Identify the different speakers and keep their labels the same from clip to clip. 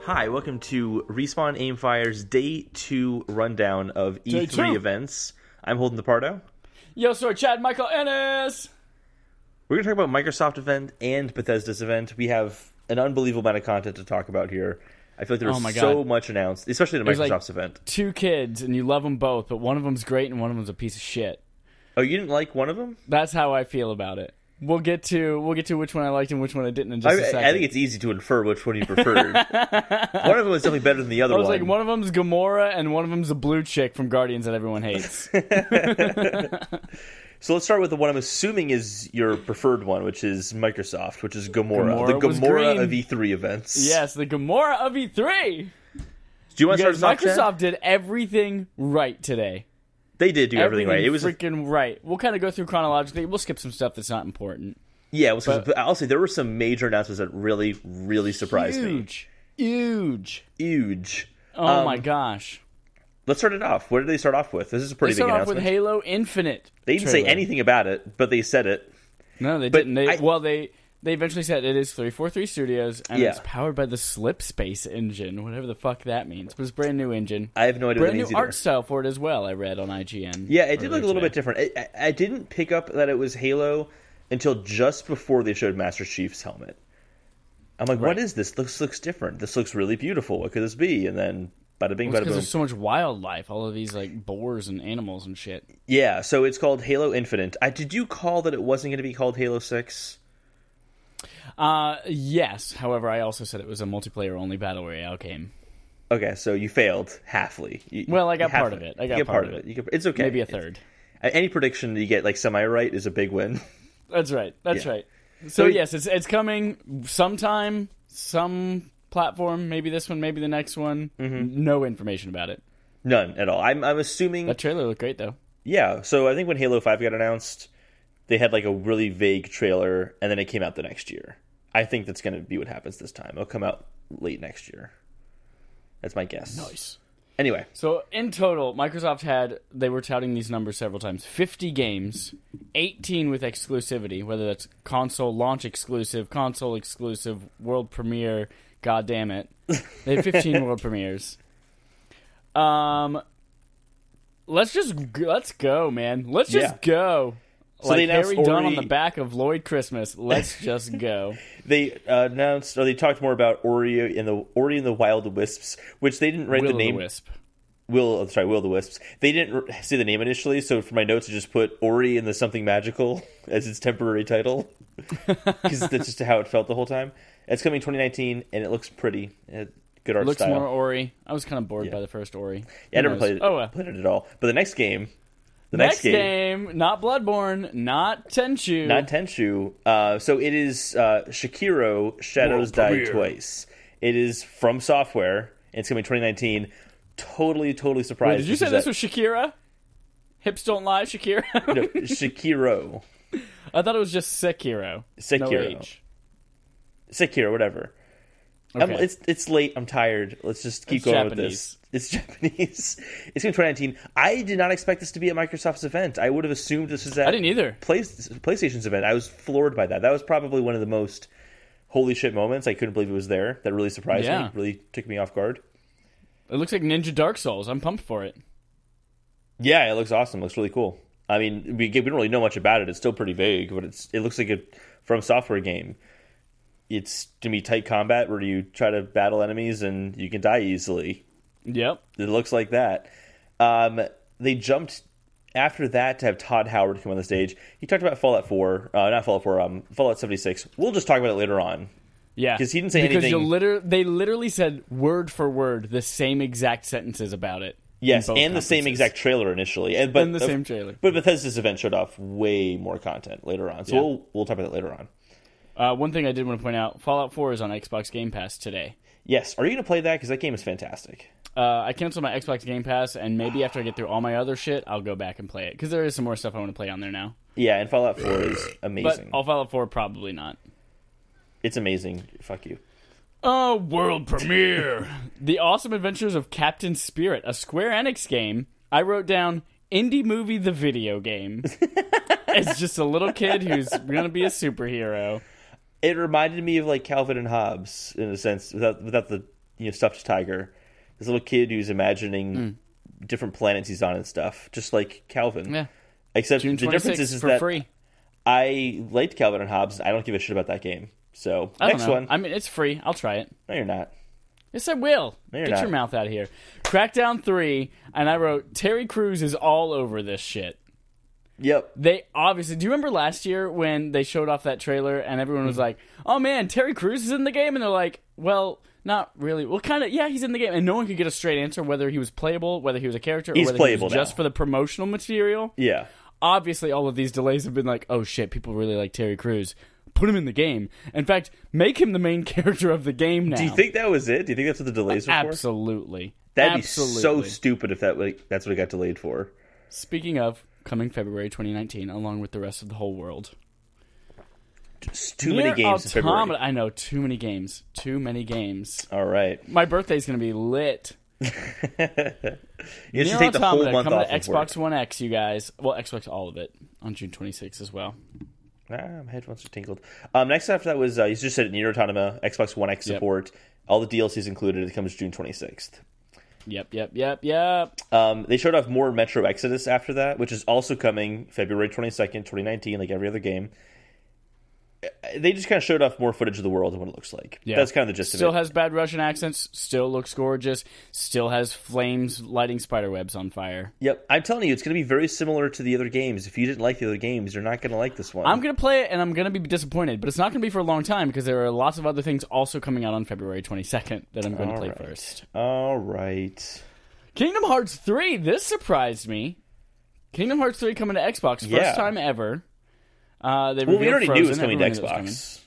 Speaker 1: Hi, welcome to Respawn Aimfire's day two rundown of
Speaker 2: Day
Speaker 1: E3
Speaker 2: two.
Speaker 1: events. I'm holding the Pardo.
Speaker 2: Yo, sir, Chad Michael Ennis.
Speaker 1: We're going to talk about Microsoft event and Bethesda's event. We have an unbelievable amount of content to talk about here. I feel like there was
Speaker 2: Oh my
Speaker 1: so
Speaker 2: God.
Speaker 1: much announced, especially at
Speaker 2: was like-
Speaker 1: Microsoft's event.
Speaker 2: Two kids, and you love them both, but one of them's great and one of them's a piece of shit.
Speaker 1: Oh, you didn't like one of them?
Speaker 2: That's how I feel about it. We'll get to we'll get to which one I liked and which one I didn't in just
Speaker 1: I,
Speaker 2: a second.
Speaker 1: I think it's easy to infer which one you preferred. one of them was definitely better than the other
Speaker 2: I was
Speaker 1: one.
Speaker 2: like, one of them's Gamora and one of them's the blue chick from Guardians that everyone hates.
Speaker 1: So let's start with the one I'm assuming is your preferred one, which is Microsoft, which is Gamora,
Speaker 2: Gamora
Speaker 1: the
Speaker 2: was
Speaker 1: Gamora
Speaker 2: green.
Speaker 1: of E3 events.
Speaker 2: yes, the Gamora of E3.
Speaker 1: Do you want to
Speaker 2: Guys,
Speaker 1: start us off, Chad?
Speaker 2: Microsoft did everything right today.
Speaker 1: They did do everything, right. It was a
Speaker 2: freaking right. We'll kind of go through chronologically. We'll skip some stuff that's not important.
Speaker 1: Yeah, it was, but, I'll say there were some major announcements that really, really surprised
Speaker 2: Huge, huge.
Speaker 1: me. Huge.
Speaker 2: Oh my gosh.
Speaker 1: Let's start it off. What did they start off with? This is a pretty
Speaker 2: They
Speaker 1: big
Speaker 2: start off
Speaker 1: announcement.
Speaker 2: with Halo Infinite.
Speaker 1: they didn't say
Speaker 2: trailer.
Speaker 1: anything about it, but they said it.
Speaker 2: No, they didn't. They,
Speaker 1: I-
Speaker 2: well, they they eventually said it is three four three studios and
Speaker 1: Yeah.
Speaker 2: it's powered by the Slip Space engine, whatever the fuck that means. It was a brand new engine,
Speaker 1: I have no idea what
Speaker 2: brand
Speaker 1: it
Speaker 2: new
Speaker 1: means either.
Speaker 2: art style for it as well. I read on IGN.
Speaker 1: Yeah, it did look a little
Speaker 2: today.
Speaker 1: bit different. I, I- I didn't pick up that it was Halo until just before they showed Master Chief's helmet. I'm like, what
Speaker 2: Right.
Speaker 1: is this? This looks different. This looks really beautiful. What could this be? And then bada bing, bada
Speaker 2: because
Speaker 1: boom.
Speaker 2: there's so much wildlife, all of these like boars and animals and shit.
Speaker 1: Yeah, so it's called Halo Infinite. I, did you call that it wasn't going to be called Halo 6?
Speaker 2: Uh, yes. However, I also said it was a multiplayer only battle royale game.
Speaker 1: Okay, so you failed halfly. You-
Speaker 2: Well, I got
Speaker 1: half
Speaker 2: part of it. I got
Speaker 1: you get
Speaker 2: part of it.
Speaker 1: You get, it's okay.
Speaker 2: Maybe a
Speaker 1: It's-
Speaker 2: third.
Speaker 1: any prediction that you get like semi right is a big win.
Speaker 2: That's right. That's
Speaker 1: Yeah.
Speaker 2: right. So
Speaker 1: it-
Speaker 2: yes, it's it's coming sometime, some platform, maybe this one, maybe the next one.
Speaker 1: Mm-hmm.
Speaker 2: No information about it.
Speaker 1: None at all. I'm I'm assuming.
Speaker 2: That trailer looked great though.
Speaker 1: yeah. So I think when Halo Five got announced, they had like a really vague trailer, and then it came out the next year. I think that's going to be what happens this time. It'll come out late next year. That's my guess. Anyway,
Speaker 2: So in total, Microsoft had they were touting these numbers several times. 50 games, 18 with exclusivity, whether that's console launch exclusive, console exclusive, world premiere, god damn it. They had 15 world premieres. Um let's just g- let's go, man. Let's just
Speaker 1: Yeah.
Speaker 2: go.
Speaker 1: they
Speaker 2: like
Speaker 1: announced
Speaker 2: Harry Dunn on
Speaker 1: Ori-
Speaker 2: the back of Lloyd Christmas. Let's just go.
Speaker 1: they uh, announced or they talked more about Ori and the Ori and the Wild Wisps, which they didn't write
Speaker 2: Will
Speaker 1: the name.
Speaker 2: Wisp.
Speaker 1: Will, I'm sorry, Will the Wisps. They didn't r- say the name initially, so for my notes, I just put Ori and the Something Magical as its temporary title because that's just how it felt the whole time. It's coming 2019, and it looks pretty. It- good art
Speaker 2: Looks
Speaker 1: style.
Speaker 2: more Ori. I was kind of bored by the first Ori.
Speaker 1: yeah, I
Speaker 2: Who
Speaker 1: never
Speaker 2: knows?
Speaker 1: played it,
Speaker 2: Oh, well.
Speaker 1: played it at all. But the next game, the
Speaker 2: Next
Speaker 1: next, game,
Speaker 2: game, not Bloodborne, not Tenchu.
Speaker 1: not Tenchu. Uh, so it is uh, Shakiro Shadows
Speaker 2: World
Speaker 1: Die
Speaker 2: premiere.
Speaker 1: Twice. It is from Software. and It's coming 2019. Totally, totally surprised.
Speaker 2: Did you say
Speaker 1: is
Speaker 2: this
Speaker 1: at-
Speaker 2: was Shakira? Hips don't lie, Shakira.
Speaker 1: no, Shakiro?
Speaker 2: I thought it was just Sekiro. No
Speaker 1: Sekiro.
Speaker 2: H.
Speaker 1: Sekiro, whatever. I'm-
Speaker 2: Okay.
Speaker 1: it's it's late. I'm tired. Let's just keep
Speaker 2: It's
Speaker 1: going with this. It's Japanese. It's in 2019. I did not expect this to be at Microsoft's event. I would have assumed this was at
Speaker 2: I didn't either.
Speaker 1: Play, PlayStation's event. I was floored by that. That was probably one of the most holy shit moments. I couldn't believe it was there. That really surprised me.
Speaker 2: Yeah.
Speaker 1: Really took me off guard.
Speaker 2: It looks like Ninja Dark Souls. I'm pumped for it.
Speaker 1: Yeah, it looks awesome. It looks really cool. I mean, we, we don't really know much about it. It's still pretty vague, but it's it looks like a from software game. It's to me tight combat where you try to battle enemies and you can die easily.
Speaker 2: Yep.
Speaker 1: It looks like that. Um, they jumped after that to have Todd Howard come on the stage. He talked about Fallout 4, uh, not Fallout 4, um, Fallout 76. We'll just talk about it later on.
Speaker 2: Yeah.
Speaker 1: 'Cause he didn't say
Speaker 2: because
Speaker 1: anything-
Speaker 2: you liter- they literally said word for word the same exact sentences about it. in
Speaker 1: Yes,
Speaker 2: both
Speaker 1: and the same
Speaker 2: conferences.
Speaker 1: exact trailer initially, and but
Speaker 2: And the same trailer.
Speaker 1: But Bethesda's event showed off way more content later on, so we'll we'll talk about that later on.
Speaker 2: Uh, one thing I did want to point out: Fallout 4 is on Xbox Game Pass today.
Speaker 1: Yes, are you going to play that? Because that game is fantastic.
Speaker 2: Uh, I canceled my Xbox Game Pass, and maybe after I get through all my other shit, I'll go back and play it because there is some more stuff I want to play on there now.
Speaker 1: Yeah, and Fallout 4 is
Speaker 2: But
Speaker 1: amazing.
Speaker 2: I'll follow four, probably not.
Speaker 1: It's amazing. Fuck you.
Speaker 2: Oh, world premiere! the Awesome Adventures of Captain Spirit, a Square Enix game. I wrote down indie movie, the video game. it's just a little kid who's gonna be a superhero.
Speaker 1: It reminded me of like Calvin and Hobbes in a sense, without without the you know stuffed tiger, this little kid who's imagining different planets he's on and stuff, just like Calvin.
Speaker 2: Hmm. Yeah.
Speaker 1: Except
Speaker 2: June
Speaker 1: the difference is,
Speaker 2: 26th
Speaker 1: is
Speaker 2: for
Speaker 1: that
Speaker 2: free.
Speaker 1: I liked Calvin and Hobbes. And I don't give a shit about that game. So
Speaker 2: I don't
Speaker 1: next
Speaker 2: know.
Speaker 1: one,
Speaker 2: I mean, it's free. I'll try it.
Speaker 1: no, you're not.
Speaker 2: Yes, I will.
Speaker 1: you're
Speaker 2: Get your
Speaker 1: not.
Speaker 2: mouth out of here. Crackdown 3, and I wrote, Terry Crews is all over this shit.
Speaker 1: Yep.
Speaker 2: They obviously. Do you remember last year when they showed off that trailer and everyone
Speaker 1: Mm-hmm.
Speaker 2: was like, "Oh man, Terry Crews is in the game," and they're like, "Well, not really. Well, kind of. Yeah, he's in the game," and no one could get a straight answer whether he was playable, whether he was a character,
Speaker 1: He's
Speaker 2: or whether
Speaker 1: playable
Speaker 2: he was just
Speaker 1: now.
Speaker 2: for the promotional material.
Speaker 1: Yeah.
Speaker 2: Obviously, all of these delays have been like, "Oh shit, people really like Terry Crews. Put him in the game. In fact, make him the main character of the game now."
Speaker 1: Do you think that was it? Do you think that's what the delays were for?
Speaker 2: Absolutely.
Speaker 1: That'd
Speaker 2: Absolutely.
Speaker 1: be so stupid if that like, that's what it got delayed for.
Speaker 2: Speaking of coming February 2019, along with the rest of the whole world.
Speaker 1: Just too many
Speaker 2: Near
Speaker 1: games in February.
Speaker 2: automata- I know too many games. Too many games.
Speaker 1: All right,
Speaker 2: My birthday's gonna be lit.
Speaker 1: you should
Speaker 2: Near
Speaker 1: take the whole
Speaker 2: Automata
Speaker 1: month
Speaker 2: coming
Speaker 1: off
Speaker 2: to
Speaker 1: of work.
Speaker 2: Xbox One X, you guys. Well, Xbox all of it on June 26th as well.
Speaker 1: Ah, my headphones are tingled. Um, next after that was uh, you just said Nier Autonoma, Xbox One X support. All the DLCs included. It comes June 26th.
Speaker 2: Yep, yep, yep, yep.
Speaker 1: Um, they showed off more Metro Exodus after that, which is also coming February 22nd, 2019, like every other game. Uh, They just kind of showed off more footage of the world and what it looks like.
Speaker 2: Yeah.
Speaker 1: That's kind of the gist
Speaker 2: Still
Speaker 1: of it.
Speaker 2: has bad Russian accents. Still looks gorgeous. Still has flames lighting spider webs on fire.
Speaker 1: yep. I'm telling you, it's going to be very similar to the other games. If you didn't like the other games, you're not going to like this one.
Speaker 2: I'm gonna play it and I'm gonna be disappointed, but it's not gonna be for a long time because there are lots of other things also coming out on February 22nd that I'm going to play
Speaker 1: Alright.
Speaker 2: first.
Speaker 1: All right.
Speaker 2: Kingdom Hearts 3. This surprised me. Kingdom Hearts 3 coming to Xbox, first
Speaker 1: Yeah.
Speaker 2: time ever. Uh, they
Speaker 1: Well, we
Speaker 2: revealed
Speaker 1: already knew it was
Speaker 2: Frozen.
Speaker 1: coming to
Speaker 2: Everyone knew it was
Speaker 1: Xbox.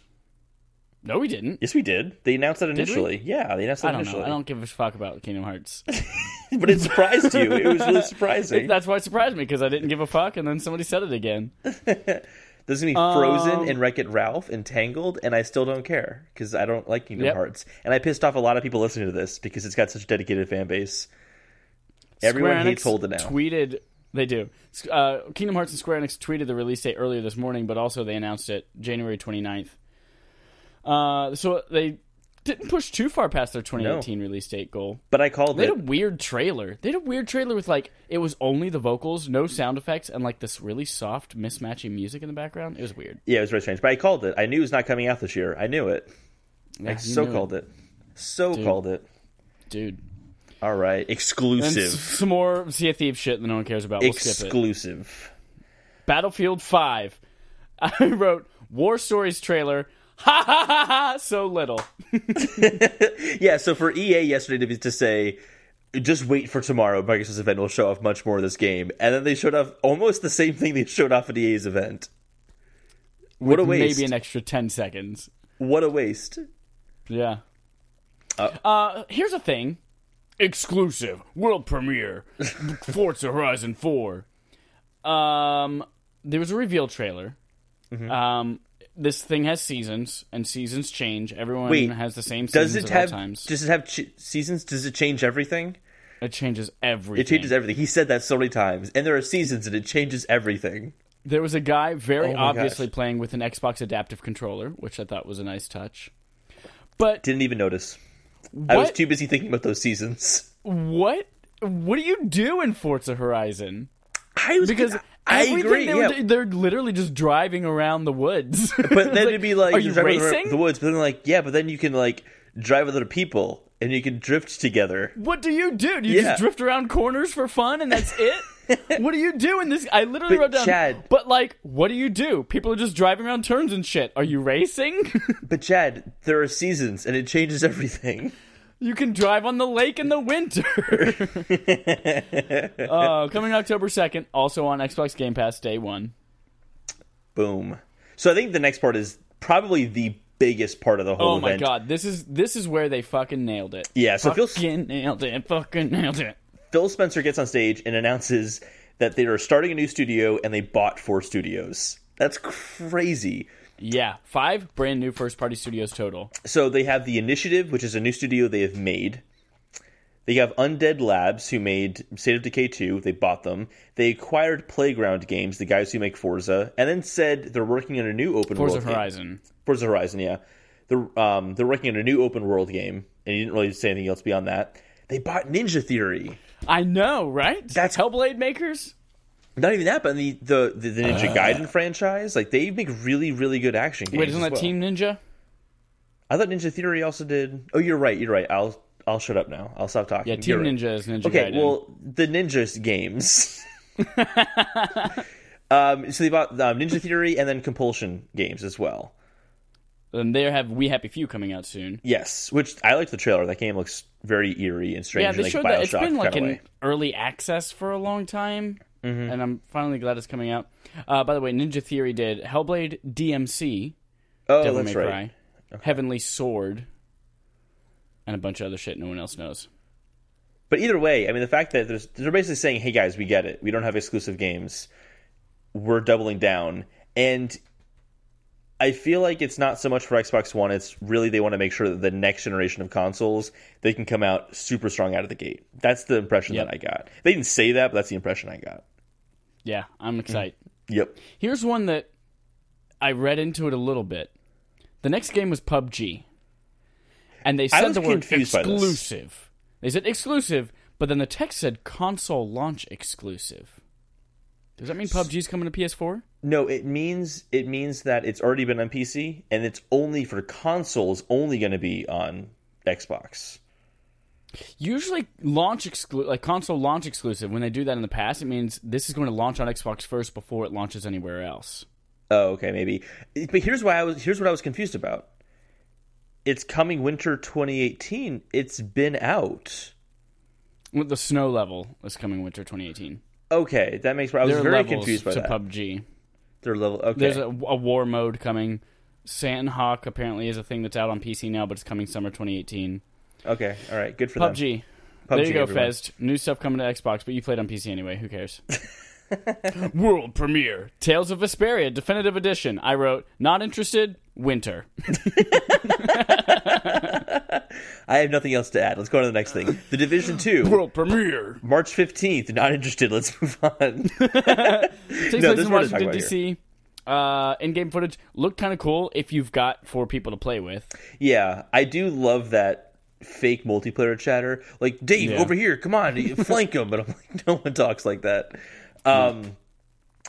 Speaker 2: coming. No, we didn't.
Speaker 1: Yes, we did. They announced that
Speaker 2: we?
Speaker 1: initially. Yeah, they announced that
Speaker 2: I don't
Speaker 1: initially.
Speaker 2: know. I don't give a fuck about Kingdom Hearts.
Speaker 1: but it surprised you. It was really surprising.
Speaker 2: That's why it surprised me because I didn't give a fuck, and then somebody said it again.
Speaker 1: There's gonna be Frozen
Speaker 2: Um,
Speaker 1: and Wreck It Ralph and Tangled, and I still don't care because I don't like Kingdom
Speaker 2: Yep.
Speaker 1: Hearts, and I pissed off a lot of people listening to this because it's got such a dedicated fan base. Everyone
Speaker 2: Square
Speaker 1: hates
Speaker 2: Enix
Speaker 1: Holden now.
Speaker 2: Tweeted they do. S- Uh, Kingdom Hearts and Square Enix tweeted the release date earlier this morning, but also they announced it January 29th. Uh, so they didn't push too far past their 2018 release date goal.
Speaker 1: but I called
Speaker 2: They
Speaker 1: it.
Speaker 2: had a weird trailer. They had a weird trailer with like it was only the vocals, no sound effects, and like this really soft mismatching music in the background. It was weird.
Speaker 1: Yeah, it was very strange. But I called it. I knew it was not coming out this year. I knew it. I
Speaker 2: you
Speaker 1: so
Speaker 2: knew
Speaker 1: called it. So called it.
Speaker 2: Dude.
Speaker 1: All right,
Speaker 2: And s-
Speaker 1: exclusive,
Speaker 2: some more Sea of Thieves shit that no one cares about. We'll skip it.
Speaker 1: exclusive.
Speaker 2: Battlefield 5. I wrote War Stories trailer. Ha ha ha ha! So little.
Speaker 1: Yeah. So for EA yesterday to, be, to say. Just wait for tomorrow. Microsoft's event will show off much more of this game, and then they showed off almost the same thing they showed off at EA's event. What a
Speaker 2: With
Speaker 1: waste!
Speaker 2: Maybe an extra 10 seconds.
Speaker 1: What a waste.
Speaker 2: Yeah. uh, here's a thing exclusive world premiere Forza Horizon 4. Um, there was a reveal trailer. Um, this thing has seasons, and seasons change. Everyone
Speaker 1: Wait,
Speaker 2: has the same seasons
Speaker 1: Does it
Speaker 2: at
Speaker 1: have
Speaker 2: all times.
Speaker 1: does it have ch- seasons? Does it change everything?
Speaker 2: it changes everything.
Speaker 1: It changes everything. He said that so many times, and there are seasons, and it changes everything.
Speaker 2: There was a guy very
Speaker 1: Oh my
Speaker 2: obviously
Speaker 1: gosh.
Speaker 2: playing with an Xbox adaptive controller, which I thought was a nice touch. But
Speaker 1: Didn't even notice. I was
Speaker 2: what,
Speaker 1: too busy thinking about those seasons.
Speaker 2: what, what do you do in Forza Horizon?
Speaker 1: I was
Speaker 2: Because
Speaker 1: I
Speaker 2: everything
Speaker 1: agree.
Speaker 2: they
Speaker 1: yeah.
Speaker 2: were, do- they're literally just driving around the woods.
Speaker 1: but then it'd be like
Speaker 2: are
Speaker 1: you're
Speaker 2: you
Speaker 1: driving around
Speaker 2: racing?
Speaker 1: the woods. But then like yeah, but then you can like drive with other people, and you can drift together.
Speaker 2: what do you do? Do you
Speaker 1: Yeah.
Speaker 2: just drift around corners for fun and that's it? what do you do in this? I literally
Speaker 1: But
Speaker 2: wrote down.
Speaker 1: Chad-
Speaker 2: but like, what do you do? People are just driving around turns and shit. Are you racing?
Speaker 1: But Chad, there are seasons, and it changes everything.
Speaker 2: You can drive on the lake in the winter. uh, coming October 2nd, also on Xbox Game Pass day one.
Speaker 1: Boom. So I think the next part is probably the biggest part of the whole
Speaker 2: Oh my
Speaker 1: event.
Speaker 2: god, this is this is where they fucking nailed it.
Speaker 1: Yeah. So feel
Speaker 2: Fucking nailed it. Fucking nailed it.
Speaker 1: Phil Spencer gets on stage and announces that they are starting a new studio and they bought four studios. That's crazy.
Speaker 2: Yeah, five brand new first party studios total.
Speaker 1: So they have the Initiative, which is a new studio they have made. They have Undead Labs, who made State of Decay 2. They bought them. They acquired Playground Games, the guys who make Forza, and then said they're working on a new open
Speaker 2: Forza
Speaker 1: world game.
Speaker 2: Horizon.
Speaker 1: Forza Horizon, yeah. They're um, they're working on a new open world game and he didn't really say anything else beyond that. They bought Ninja Theory.
Speaker 2: I know, right?
Speaker 1: That's-
Speaker 2: Hellblade makers.
Speaker 1: Not even that, but the the, the, the Ninja Gaiden franchise, like they make really really good action games.
Speaker 2: Ah. Wait, isn't
Speaker 1: as
Speaker 2: that
Speaker 1: well.
Speaker 2: Team Ninja?
Speaker 1: I thought Ninja Theory also did. Oh, you're right. You're right. I'll I'll shut up now. I'll stop talking.
Speaker 2: Yeah, Team
Speaker 1: You're right.
Speaker 2: Ninja is Ninja.
Speaker 1: Okay,
Speaker 2: Gaiden.
Speaker 1: well, the Ninjas games. um, so they bought um, Ninja Theory and then Compulsion games as well.
Speaker 2: and they have We Happy Few coming out soon.
Speaker 1: Yes, which I liked the trailer. That game looks very eerie and strange.
Speaker 2: Yeah, they
Speaker 1: like
Speaker 2: showed
Speaker 1: Bioshock
Speaker 2: that it's been like
Speaker 1: kind of
Speaker 2: in
Speaker 1: way.
Speaker 2: early access for a long time,
Speaker 1: Mm-hmm.
Speaker 2: and I'm finally glad it's coming out. Uh, by the way, Ninja Theory did Hellblade DMC,
Speaker 1: Oh,
Speaker 2: Devil
Speaker 1: that's
Speaker 2: May
Speaker 1: right.
Speaker 2: Cry, Heavenly Sword, and a bunch of other shit no one else knows.
Speaker 1: But either way, I mean, the fact that there's, they're basically saying, "Hey guys, we get it. We don't have exclusive games. We're doubling down." And I feel like it's not so much for Xbox One. It's really they want to make sure that the next generation of consoles they can come out super strong out of the gate. That's the impression
Speaker 2: Yep.
Speaker 1: that I got. They didn't say that, but that's the impression I got.
Speaker 2: Yeah,
Speaker 1: Mm.
Speaker 2: I'm excited.
Speaker 1: Yep.
Speaker 2: Here's one that I read into it a little bit. The next game was PUBG. And they
Speaker 1: I
Speaker 2: said
Speaker 1: was
Speaker 2: the word
Speaker 1: confused by this.
Speaker 2: exclusive. They said exclusive, but then the text said console launch exclusive. Does that mean PUBG's coming to PS4?
Speaker 1: No, it means it means that it's already been on PC and it's only for consoles. Only going to be on Xbox.
Speaker 2: Usually launch exclu- like console launch exclusive when they do that in the past it means this is going to launch on Xbox first before it launches anywhere else.
Speaker 1: Oh, okay, maybe. But here's why I was here's what I was confused about. It's coming winter 2018. It's been out.
Speaker 2: With the snow level is coming winter 2018.
Speaker 1: Okay, that makes. I was
Speaker 2: there are
Speaker 1: very
Speaker 2: levels
Speaker 1: confused by
Speaker 2: to
Speaker 1: that.
Speaker 2: PUBG.
Speaker 1: Their level. Okay.
Speaker 2: There's a, a war mode coming. Sandhawk apparently is a thing that's out on PC now, but it's coming summer 2018.
Speaker 1: okay. All right. Good for them.
Speaker 2: PUBG. there
Speaker 1: PUBG,
Speaker 2: you go,
Speaker 1: everyone.
Speaker 2: Fezd. New stuff coming to Xbox, but you played on PC anyway. Who cares? World premiere. Tales of Vesperia, definitive edition. I wrote, not interested, winter.
Speaker 1: I have nothing else to add. Let's go on to the next thing. The Division Two,
Speaker 2: World premiere.
Speaker 1: March 15th. Not interested. Let's move on.
Speaker 2: Takes
Speaker 1: No,
Speaker 2: place
Speaker 1: there's
Speaker 2: in
Speaker 1: more to talk
Speaker 2: Washington,
Speaker 1: about
Speaker 2: D.C. Uh, in-game footage looked kind of cool if you've got four people to play with.
Speaker 1: yeah, I do love that fake multiplayer chatter. Like Dave
Speaker 2: Yeah.
Speaker 1: over here. Come on, you flank him. But I'm like, no one talks like that. Um.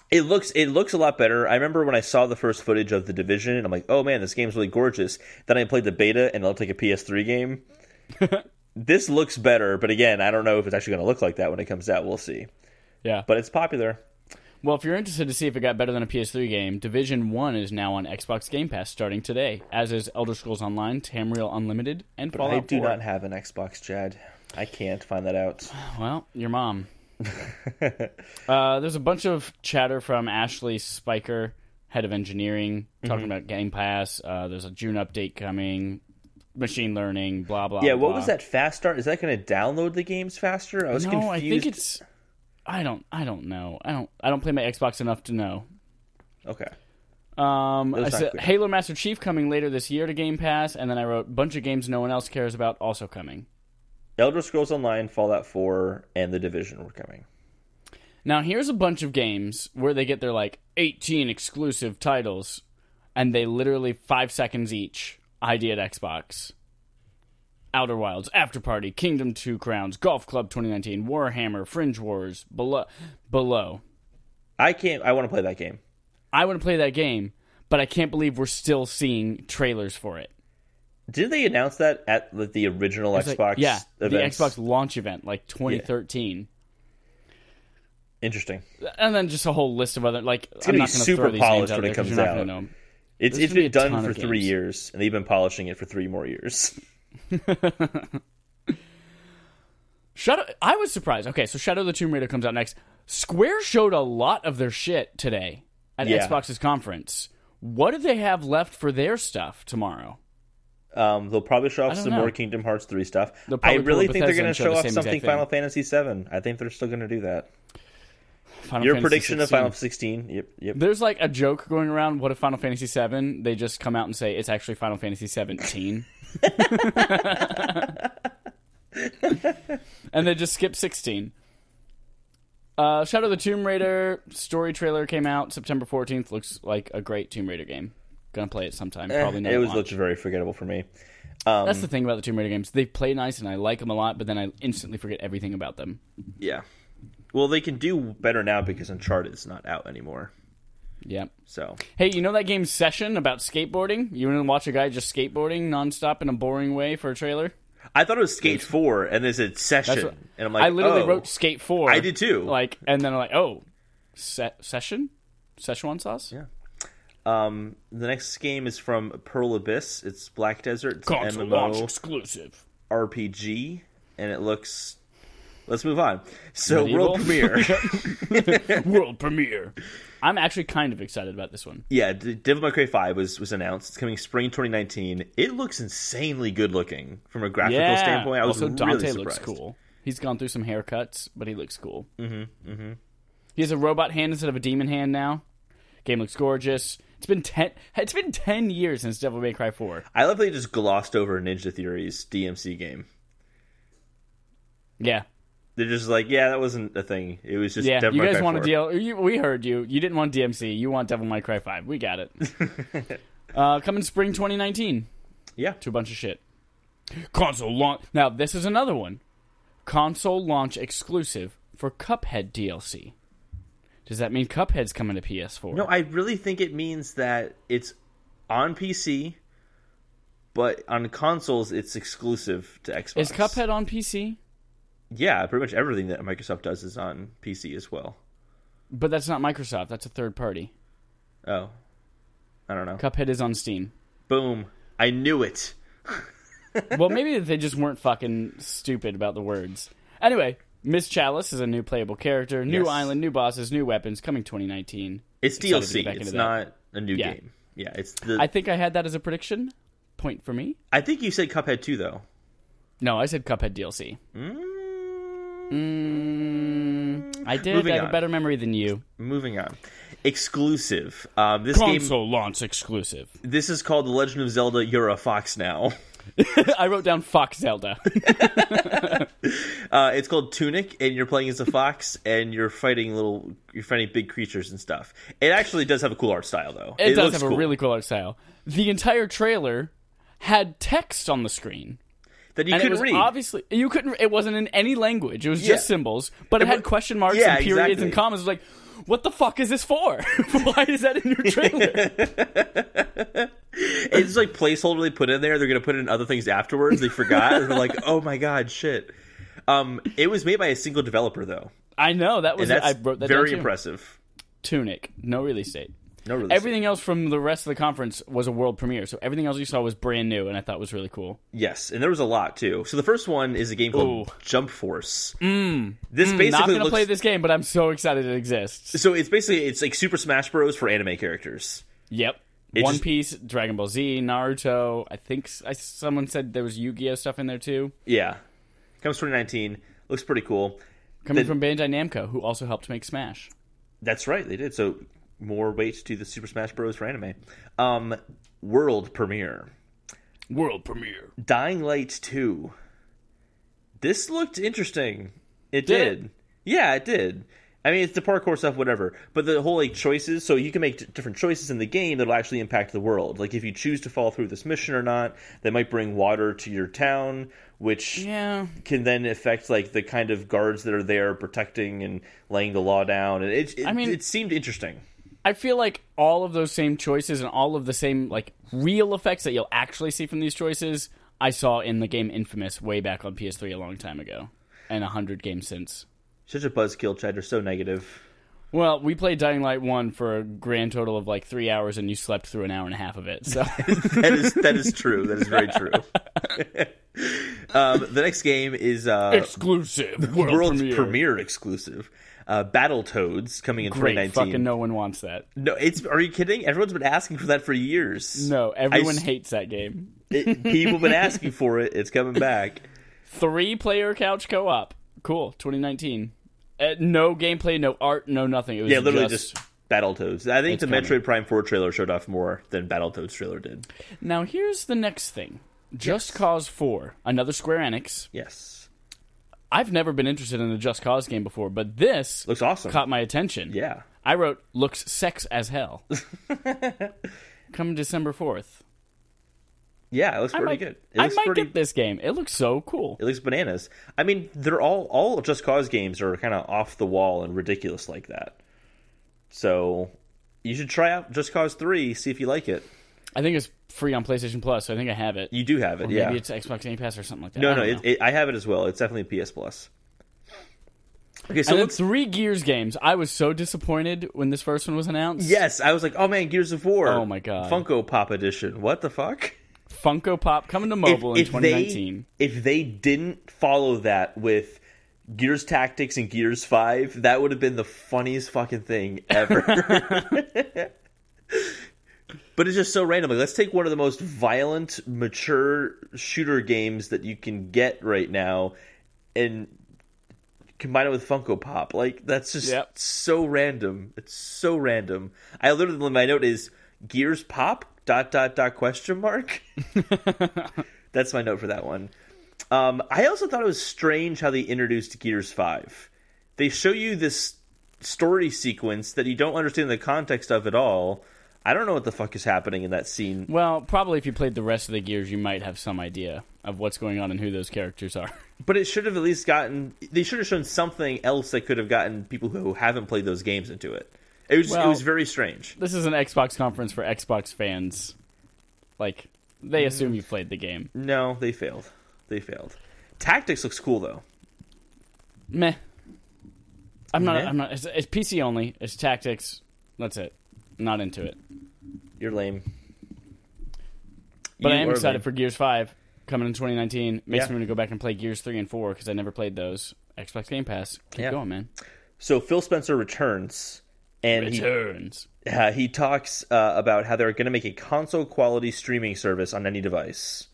Speaker 1: It looks it looks a lot better. I remember when I saw the first footage of the division, and I'm like, oh man, this game's really gorgeous. Then I played the beta, and it looked like a PS3 game. this looks better, but again, I don't know if it's actually going to look like that when it comes out. We'll see.
Speaker 2: Yeah.
Speaker 1: But it's popular.
Speaker 2: Well, if you're interested to see if it got better than a PS3 game, Division 1 is now on Xbox Game Pass starting today, as is Elder Scrolls Online, Tamriel Unlimited, and Fallout
Speaker 1: I do
Speaker 2: 4.
Speaker 1: not have an Xbox, Chad. I can't find that out.
Speaker 2: Well, your mom. uh, there's a bunch of chatter from Ashley Spiker, head of engineering, talking
Speaker 1: Mm-hmm.
Speaker 2: about Game Pass. Uh, there's a June update coming, machine learning, blah, blah,
Speaker 1: Yeah, what
Speaker 2: blah.
Speaker 1: was that fast start? Is that going to download the games faster? I was
Speaker 2: No,
Speaker 1: confused.
Speaker 2: I think it's... I don't, I don't know. I don't, I don't play my Xbox enough to know.
Speaker 1: okay.
Speaker 2: Um, I
Speaker 1: was not
Speaker 2: said
Speaker 1: clear.
Speaker 2: Halo Master Chief coming later this year to Game Pass, and then I wrote bunch of games no one else cares about also coming.
Speaker 1: Elder Scrolls Online, Fallout 4, and The Division were coming.
Speaker 2: Now here's a bunch of games where they get their like 18 exclusive titles, and they literally five seconds each. ID at Xbox. Outer Wilds, After Party, Kingdom Two Crowns, Golf Club 2019, Warhammer, Fringe Wars, below, below.
Speaker 1: I can't. I want to play that game.
Speaker 2: I want to play that game, but I can't believe we're still seeing trailers for it.
Speaker 1: Didn't they announce that at the- the original
Speaker 2: It's
Speaker 1: Xbox?
Speaker 2: like- yeah,
Speaker 1: events?
Speaker 2: the Xbox launch event, like 2013.
Speaker 1: Interesting.
Speaker 2: and then just a whole list of other like it's
Speaker 1: gonna
Speaker 2: I'm
Speaker 1: be
Speaker 2: not gonna
Speaker 1: super
Speaker 2: throw these
Speaker 1: polished
Speaker 2: names out
Speaker 1: when it
Speaker 2: there 'cause
Speaker 1: comes
Speaker 2: you're not gonna
Speaker 1: out.
Speaker 2: know 'em.
Speaker 1: It's
Speaker 2: There's
Speaker 1: it's
Speaker 2: gonna
Speaker 1: been
Speaker 2: be a
Speaker 1: done
Speaker 2: ton
Speaker 1: for
Speaker 2: of
Speaker 1: three
Speaker 2: games.
Speaker 1: years, and they've been polishing it for three more years.
Speaker 2: Shadow. I was surprised. Okay, so Shadow of the Tomb Raider comes out next. Square showed a lot of their shit today at
Speaker 1: Yeah.
Speaker 2: Xbox's conference. What do they have left for their stuff tomorrow?
Speaker 1: Um, they'll probably show off
Speaker 2: don't
Speaker 1: some
Speaker 2: know.
Speaker 1: more Kingdom Hearts three stuff.
Speaker 2: They'll
Speaker 1: I
Speaker 2: probably pull
Speaker 1: really
Speaker 2: up
Speaker 1: think they're
Speaker 2: Bethesda
Speaker 1: going to
Speaker 2: and show
Speaker 1: show
Speaker 2: the
Speaker 1: off
Speaker 2: same
Speaker 1: something
Speaker 2: exact thing.
Speaker 1: Final Fantasy seven. I think they're still going to do that.
Speaker 2: Final
Speaker 1: Your
Speaker 2: Fantasy
Speaker 1: prediction of
Speaker 2: 16.
Speaker 1: Final sixteen. Yep, yep.
Speaker 2: There's like a joke going around. What if Final Fantasy VII? They just come out and say it's actually Final Fantasy 17, and they just skip 16. Uh, Shadow of the Tomb Raider story trailer came out September 14th. Looks like a great Tomb Raider game. gonna play it sometime.
Speaker 1: Eh,
Speaker 2: Probably not.
Speaker 1: it
Speaker 2: at
Speaker 1: was
Speaker 2: launch.
Speaker 1: literally very forgettable for me. Um,
Speaker 2: That's the thing about the Tomb Raider games. They play nice and I like them a lot, but then I instantly forget everything about them.
Speaker 1: yeah. Well, they can do better now because Uncharted is not out anymore.
Speaker 2: Yeah.
Speaker 1: So
Speaker 2: Hey, you know that game Session about skateboarding? You want to watch a guy just skateboarding nonstop in a boring way for a trailer?
Speaker 1: I thought it was Skate Four, and there's a session,
Speaker 2: what-
Speaker 1: and I'm like,
Speaker 2: I literally
Speaker 1: oh.
Speaker 2: wrote Skate 4.
Speaker 1: I did too.
Speaker 2: Like, and then I'm like, oh, se- Session? Szechuan sauce?
Speaker 1: Yeah. Um, the next game is from Pearl Abyss. It's Black Desert. It's an
Speaker 2: Console launch
Speaker 1: MMO
Speaker 2: exclusive.
Speaker 1: RPG, and it looks. Let's move on. So
Speaker 2: Medieval?
Speaker 1: world premiere.
Speaker 2: World premiere. I'm actually kind of excited about this one.
Speaker 1: yeah, D- Devil May Cry Five was was announced. It's coming spring 2019. It looks insanely good looking from a graphical
Speaker 2: Yeah.
Speaker 1: standpoint. I was
Speaker 2: also, Dante
Speaker 1: really
Speaker 2: looks
Speaker 1: surprised.
Speaker 2: cool. He's gone through some haircuts, but he looks cool. Mm-hmm. Mm-hmm. He has a robot hand instead of a demon hand now. Game looks gorgeous. It's been ten. It's been ten years since Devil May Cry Four.
Speaker 1: I love they just glossed over Ninja Theory's DMC game.
Speaker 2: Yeah,
Speaker 1: They're just like, yeah, that wasn't a thing. It was just
Speaker 2: yeah.
Speaker 1: Devil
Speaker 2: you
Speaker 1: May
Speaker 2: guys
Speaker 1: Cry
Speaker 2: want a
Speaker 1: 4.
Speaker 2: deal? You, we heard you. You didn't want DMC. You want Devil May Cry Five. We got it. uh, coming spring 2019
Speaker 1: Yeah,
Speaker 2: to a bunch of shit. Console launch. Now this is another one. Console launch exclusive for Cuphead DLC. Does that mean Cuphead's coming to PS4?
Speaker 1: No, I really think it means that it's on PC, but on consoles it's exclusive to Xbox.
Speaker 2: Is Cuphead on PC?
Speaker 1: Yeah, pretty much everything that Microsoft does is on PC as well.
Speaker 2: But that's not Microsoft. That's a third party.
Speaker 1: Oh, I don't know.
Speaker 2: Cuphead is on Steam.
Speaker 1: Boom! I knew it.
Speaker 2: well, maybe they just weren't fucking stupid about the words. Anyway, Miss Chalice is a new playable character. New
Speaker 1: Yes.
Speaker 2: island, new bosses, new weapons, coming 2019.
Speaker 1: It's
Speaker 2: Excited to get
Speaker 1: DLC.
Speaker 2: back into
Speaker 1: It's
Speaker 2: that.
Speaker 1: not a new
Speaker 2: Yeah.
Speaker 1: game. Yeah, it's the.
Speaker 2: I
Speaker 1: I,
Speaker 2: think I had that as a prediction. Point for me.
Speaker 1: think you said Cuphead too, though.
Speaker 2: No, I said Cuphead DLC.
Speaker 1: Mm,
Speaker 2: Mm, I did.
Speaker 1: Moving
Speaker 2: I have
Speaker 1: on.
Speaker 2: a better memory than you.
Speaker 1: Moving on. Exclusive. Um, this game.
Speaker 2: Console launch exclusive.
Speaker 1: This is called The Legend of Zelda. You're a fox now.
Speaker 2: I wrote down Fox Zelda.
Speaker 1: Uh, it's called Tunic, and you're playing as a fox, and you're fighting little, you're fighting big creatures and stuff. It actually does have a cool art style, though.
Speaker 2: It, does
Speaker 1: looks
Speaker 2: have
Speaker 1: cool.
Speaker 2: a really cool art style. The entire trailer had text on the screen.
Speaker 1: that you
Speaker 2: and it
Speaker 1: couldn't
Speaker 2: was
Speaker 1: read.
Speaker 2: obviously you couldn't. It wasn't in any language. It was
Speaker 1: Yeah.
Speaker 2: just symbols, but it, had
Speaker 1: wa-
Speaker 2: question marks
Speaker 1: yeah,
Speaker 2: and periods
Speaker 1: exactly.
Speaker 2: and commas. It was like, what the fuck is this for? Why is that in your trailer?
Speaker 1: It's just like placeholder they put in there. They're gonna put in other things afterwards. They forgot. and they're like, oh my god, shit. Um, it was made by a single developer though,
Speaker 2: I know that was.
Speaker 1: and that's
Speaker 2: I wrote that
Speaker 1: very
Speaker 2: down too.
Speaker 1: impressive.
Speaker 2: Tunic, no release date.
Speaker 1: No, really.
Speaker 2: Everything else from the rest of the conference was a world premiere, so everything else you saw was brand new, and I thought was really cool.
Speaker 1: Yes, and there was a lot too. So the first one is a game called
Speaker 2: Ooh. Mm.
Speaker 1: Jump Force. This basically
Speaker 2: Not gonna
Speaker 1: looks
Speaker 2: play this game, but I'm so excited it exists.
Speaker 1: so it's basically it's like Super Smash Bros for anime characters.
Speaker 2: Yep. One
Speaker 1: just-
Speaker 2: Piece, Dragon Ball Z, Naruto. I think s I someone said there was Yu-Gi-Oh stuff in there too.
Speaker 1: Yeah. Comes 2019. Looks pretty cool. Then-
Speaker 2: Coming from Bandai Namco, who also helped make Smash.
Speaker 1: That's right, they did. So more weight to the Super Smash Bros. for anime. Um, world premiere.
Speaker 2: World premiere.
Speaker 1: Dying Light 2. This looked interesting. It
Speaker 2: Did
Speaker 1: did. Yeah, it did. I mean, it's the parkour stuff, whatever. But the whole like choices, so you can make d- different choices in the game that'll actually impact the world. Like if you choose to follow through this mission or not, that might bring water to your town, which
Speaker 2: Yeah.
Speaker 1: can then affect like the kind of guards that are there protecting and laying the law down. And it, it,
Speaker 2: I mean-
Speaker 1: it seemed interesting.
Speaker 2: I feel like all of those same choices and all of the same like real effects that you'll actually see from these choices I saw in the game Infamous way back on PS3 a long time ago and a 100 games since.
Speaker 1: Such a buzzkill, Chad. You're so negative.
Speaker 2: Well, we played Dying Light 1 for a grand total of like 3 hours and you slept through an hour and a half of it. So
Speaker 1: That is that is true. That is very true. um, the next game is uh,
Speaker 2: exclusive world,
Speaker 1: world's
Speaker 2: premiere.
Speaker 1: premiere. exclusive. Uh, Battletoads coming in
Speaker 2: Great,
Speaker 1: 2019.
Speaker 2: fucking no one wants that.
Speaker 1: No, it's are you kidding? Everyone's been asking for that for years.
Speaker 2: No, everyone
Speaker 1: s-
Speaker 2: hates that game.
Speaker 1: It- people have been asking for it. It's coming back.
Speaker 2: Three player couch co op. Cool. 2019. Uh, no gameplay, no art, no nothing. It was
Speaker 1: Yeah, literally just, Battletoads. I think the
Speaker 2: coming.
Speaker 1: Metroid Prime 4 trailer showed off more than Battletoads trailer did.
Speaker 2: Now here's the next thing. Just Cause 4, another Square Enix.
Speaker 1: Yes.
Speaker 2: I've never been interested in a Just Cause game before, but this
Speaker 1: Looks awesome.
Speaker 2: caught my attention.
Speaker 1: yeah.
Speaker 2: I wrote looks sex as hell. coming December fourth.
Speaker 1: Yeah, it looks
Speaker 2: I
Speaker 1: pretty
Speaker 2: might,
Speaker 1: good. It
Speaker 2: I
Speaker 1: looks
Speaker 2: might
Speaker 1: pretty.
Speaker 2: get this game. It looks so cool.
Speaker 1: It looks bananas. I mean, they're all all Just Cause games are kind of off the wall and ridiculous like that. So you should try out Just Cause Three, see if you like it.
Speaker 2: I think it's free on PlayStation Plus, so I think I have it.
Speaker 1: You do have it, yeah.
Speaker 2: Maybe it's Xbox Game Pass or something like that. I
Speaker 1: no, no,
Speaker 2: don't
Speaker 1: it,
Speaker 2: know.
Speaker 1: it, I have it as well. It's definitely PS Plus. Okay, so
Speaker 2: and then
Speaker 1: let's
Speaker 2: three Gears games. I was so disappointed when this first one was announced.
Speaker 1: Yes, I was like, oh man, Gears of War.
Speaker 2: Oh, my God.
Speaker 1: Funko Pop edition. What the fuck?
Speaker 2: Funko Pop coming to mobile in 2019.
Speaker 1: They, if they didn't follow that with Gears Tactics and Gears Five, that would have been the funniest fucking thing ever. but it's just so random. Like, let's take one of the most violent, mature shooter games that you can get right now, and combine it with Funko Pop. Like that's just
Speaker 2: Yep.
Speaker 1: so random. It's so random. I literally my note is Gears Pop dot dot dot question mark. That's my note for that one. Um, I also thought it was strange how they introduced Gears 5. They show you this story sequence that you don't understand the context of at all. I don't know what the fuck is happening in that scene.
Speaker 2: well, probably if you played the rest of the Gears, you might have some idea of what's going on and who those characters are.
Speaker 1: But it should have at least gotten. They should have shown something else that could have gotten people who haven't played those games into it. It was, it
Speaker 2: Well-
Speaker 1: was very strange.
Speaker 2: This is an Xbox conference for Xbox fans. Like, they
Speaker 1: Mm.
Speaker 2: assume you played the game.
Speaker 1: No, they failed. They failed. Tactics looks cool though.
Speaker 2: Meh. I'm not.
Speaker 1: Meh?
Speaker 2: I'm not. It's, it's PC only. It's tactics. That's it. Not into it.
Speaker 1: You're lame.
Speaker 2: But I
Speaker 1: You
Speaker 2: am
Speaker 1: are
Speaker 2: excited
Speaker 1: lame.
Speaker 2: for Gears Five coming in 2019. Makes
Speaker 1: Yeah.
Speaker 2: me want to go back and play Gears Three and Four because I never played those. Xbox Game Pass. Keep
Speaker 1: Yeah.
Speaker 2: going, man.
Speaker 1: So Phil Spencer returns, and he
Speaker 2: Returns.
Speaker 1: uh, he talks uh, about how they're going to make a console quality streaming service on any device,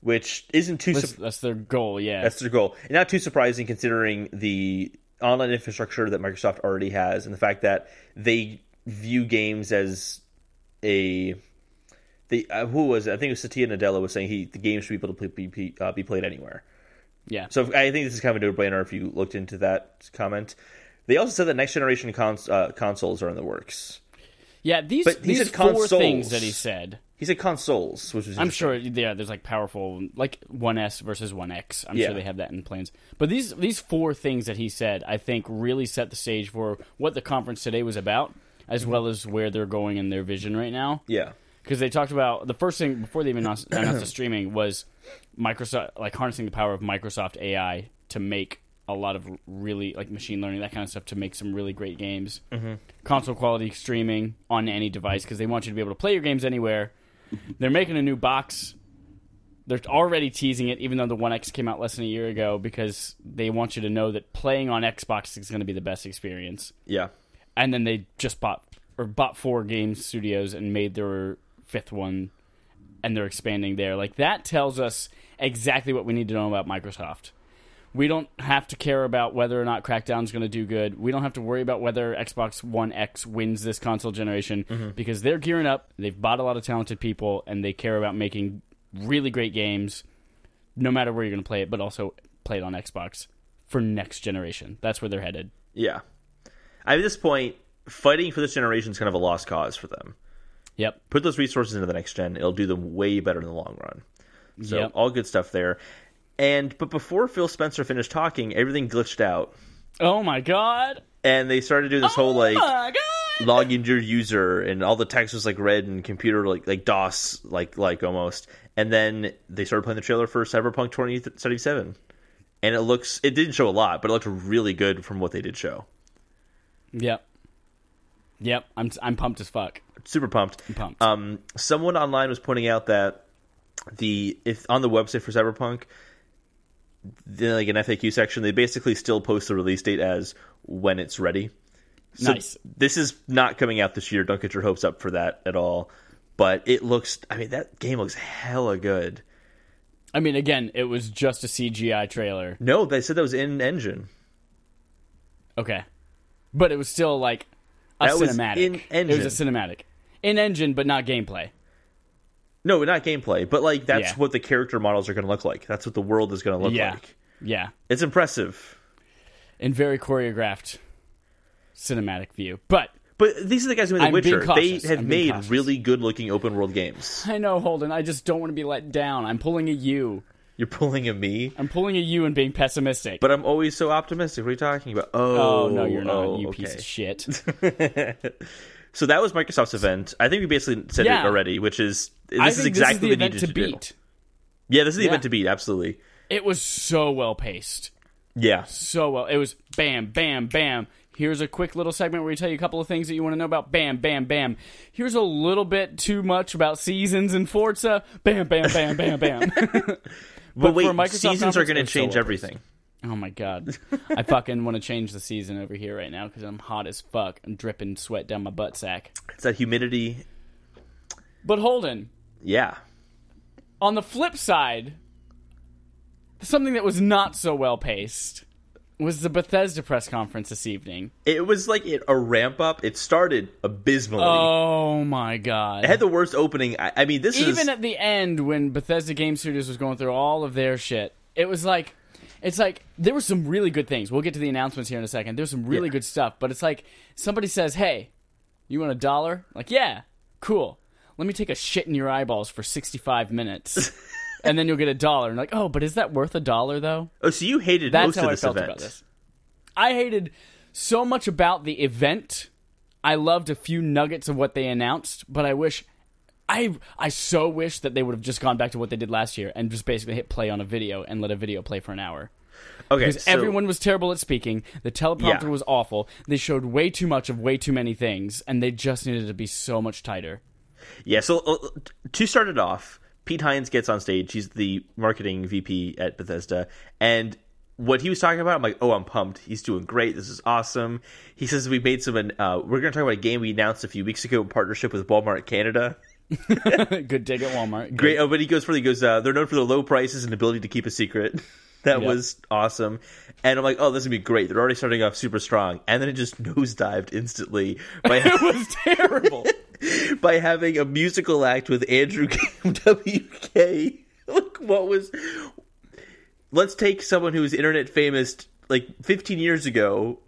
Speaker 1: which isn't too
Speaker 2: That's,
Speaker 1: su-
Speaker 2: that's their goal. Yeah.
Speaker 1: that's their goal, and not too surprising considering the online infrastructure that Microsoft already has and the fact that they view games as a the uh, who was it? I think it was Satya Nadella was saying he the game should be able to play, be, uh, be played anywhere.
Speaker 2: yeah.
Speaker 1: So if- I think this is kind of a no brainer if you looked into that comment. They also said that next generation cons- uh, consoles are in the works.
Speaker 2: Yeah. These
Speaker 1: but he
Speaker 2: these
Speaker 1: said
Speaker 2: four
Speaker 1: consoles.
Speaker 2: things that he said.
Speaker 1: He said consoles, which is
Speaker 2: I'm
Speaker 1: interesting.
Speaker 2: sure. Yeah. There's like powerful like 1S versus 1X. I'm
Speaker 1: Yeah.
Speaker 2: sure they have that in plans. But these these four things that he said, I think, really set the stage for what the conference today was about, as well as where they're going in their vision right now.
Speaker 1: Yeah.
Speaker 2: because they talked about the first thing before they even announced, announced the streaming was Microsoft like harnessing the power of Microsoft AI to make a lot of really like machine learning that kind of stuff to make some really great games. Mm-hmm. Console quality streaming on any device because they want you to be able to play your games anywhere. They're making a new box. They're already teasing it, even though the One X came out less than a year ago, because they want you to know that playing on Xbox is going to be the best experience
Speaker 1: Yeah.
Speaker 2: and then they just bought or bought four game studios and made their fifth one and they're expanding there like that tells us exactly what we need to know about microsoft we don't have to care about whether or not crackdown's going to do good we don't have to worry about whether xbox one x wins this console generation because they're gearing up they've bought a lot of talented people and they care about making really great games no matter where you're going to play it but also play it on xbox for next generation that's where they're headed
Speaker 1: Yeah. At this point, fighting for this generation is kind of a lost cause for them.
Speaker 2: yep
Speaker 1: Put those resources into the next gen, it'll do them way better in the long run. So,
Speaker 2: Yep.
Speaker 1: all good stuff there. And but before Phil Spencer finished talking, everything glitched out
Speaker 2: oh my god
Speaker 1: and they started doing this whole like
Speaker 2: Oh! god!
Speaker 1: log into your user and all the text was like red and computer like like DOS like like almost. And then they started playing the trailer for Cyberpunk 2077. And it looks it didn't show a lot, but it looked really good from what they did show.
Speaker 2: Yep. Yep. I'm I'm pumped as fuck.
Speaker 1: Super pumped.
Speaker 2: I'm pumped.
Speaker 1: Um, someone online was pointing out that the if on the website for Cyberpunk, the, like an FAQ section, they basically still post the release date as when it's ready. So
Speaker 2: Nice.
Speaker 1: This is not coming out this year. Don't get your hopes up for that at all. But it looks. I mean, that game looks hella good.
Speaker 2: I mean, again, it was just a CGI trailer.
Speaker 1: No, they said that was in engine.
Speaker 2: Okay, but it was still like a
Speaker 1: That was
Speaker 2: cinematic.
Speaker 1: in
Speaker 2: It was a
Speaker 1: engine.
Speaker 2: cinematic in engine, but not gameplay.
Speaker 1: No, not gameplay, but like that's
Speaker 2: Yeah.
Speaker 1: what the character models are going to look like. That's what the world is going to look
Speaker 2: Yeah.
Speaker 1: like.
Speaker 2: Yeah,
Speaker 1: It's impressive.
Speaker 2: and very choreographed cinematic view. But
Speaker 1: But these are the guys who made The
Speaker 2: I'm being
Speaker 1: Witcher. They
Speaker 2: cautious.
Speaker 1: have
Speaker 2: I'm being
Speaker 1: made
Speaker 2: cautious.
Speaker 1: really good looking open world games.
Speaker 2: I know, Holden. I just don't want to be let down. I'm pulling a U.
Speaker 1: You're pulling a me,
Speaker 2: I'm pulling a U and being pessimistic.
Speaker 1: but I'm always so optimistic. What are you talking about? Oh,
Speaker 2: oh, no, you're not.
Speaker 1: oh,
Speaker 2: you piece
Speaker 1: okay.
Speaker 2: of shit.
Speaker 1: So that was Microsoft's event. I think we basically said
Speaker 2: Yeah.
Speaker 1: it already, which is this
Speaker 2: I
Speaker 1: is
Speaker 2: think
Speaker 1: exactly
Speaker 2: this is
Speaker 1: what
Speaker 2: the
Speaker 1: they
Speaker 2: event
Speaker 1: needed
Speaker 2: to
Speaker 1: to,
Speaker 2: beat.
Speaker 1: do. Yeah, this is the
Speaker 2: Yeah.
Speaker 1: event to beat. Absolutely.
Speaker 2: It was so well paced.
Speaker 1: Yeah.
Speaker 2: so well. It was bam, bam, bam. Here's a quick little segment where we tell you a couple of things that you want to know about. Bam, bam, bam. Here's a little bit too much about seasons and Forza. Bam, bam, bam, bam, bam.
Speaker 1: But, wait,
Speaker 2: for a Microsoft
Speaker 1: seasons are
Speaker 2: conference,
Speaker 1: going to
Speaker 2: it's so
Speaker 1: change
Speaker 2: well-paced.
Speaker 1: everything.
Speaker 2: oh my god, I fucking want to change the season over here right now because I'm hot as fuck. I'm dripping sweat down my butt sack.
Speaker 1: It's that humidity.
Speaker 2: But Holden,
Speaker 1: Yeah.
Speaker 2: on the flip side, something that was not so well paced was the Bethesda press conference this evening.
Speaker 1: It was like it, a ramp up. It started abysmally.
Speaker 2: Oh my god.
Speaker 1: it had the worst opening. I, I mean, this is
Speaker 2: even at the end when Bethesda Game Studios was going through all of their shit, it was like it's like there were some really good things. We'll get to the announcements here in a second. There's some really
Speaker 1: Yeah.
Speaker 2: good stuff, but it's like somebody says, "Hey, you want a dollar?" Like, "Yeah, cool. Let me take a shit in your eyeballs for 65 minutes." and then you'll get a dollar. And like, "Oh, but is that worth a dollar though?"
Speaker 1: oh, so you hated
Speaker 2: That's
Speaker 1: most
Speaker 2: how
Speaker 1: of
Speaker 2: I
Speaker 1: this
Speaker 2: felt
Speaker 1: event.
Speaker 2: about this. I hated so much about the event. I loved a few nuggets of what they announced, but I wish I I so wish that they would have just gone back to what they did last year and just basically hit play on a video and let a video play for an hour.
Speaker 1: Okay,
Speaker 2: Because
Speaker 1: so
Speaker 2: everyone was terrible at speaking, the teleprompter
Speaker 1: Yeah.
Speaker 2: was awful. They showed way too much of way too many things, and they just needed to be so much tighter.
Speaker 1: yeah. So uh, to start it off, Pete Hines gets on stage. He's the marketing VP at Bethesda, and what he was talking about, I'm like, oh, I'm pumped. He's doing great. This is awesome. He says we made some. Uh, we're going to talk about a game we announced a few weeks ago in partnership with Walmart Canada.
Speaker 2: Good dig at Walmart.
Speaker 1: Great. Oh, but he goes further. He goes, uh, they're known for their low prices and ability to keep a secret. That
Speaker 2: Yep.
Speaker 1: was awesome. And I'm like, oh, this is going to be great. They're already starting off super strong. And then it just nosedived instantly by,
Speaker 2: It was terrible.
Speaker 1: by having a musical act with Andrew WK. Like, what was. Let's take someone who was internet famous like 15 years ago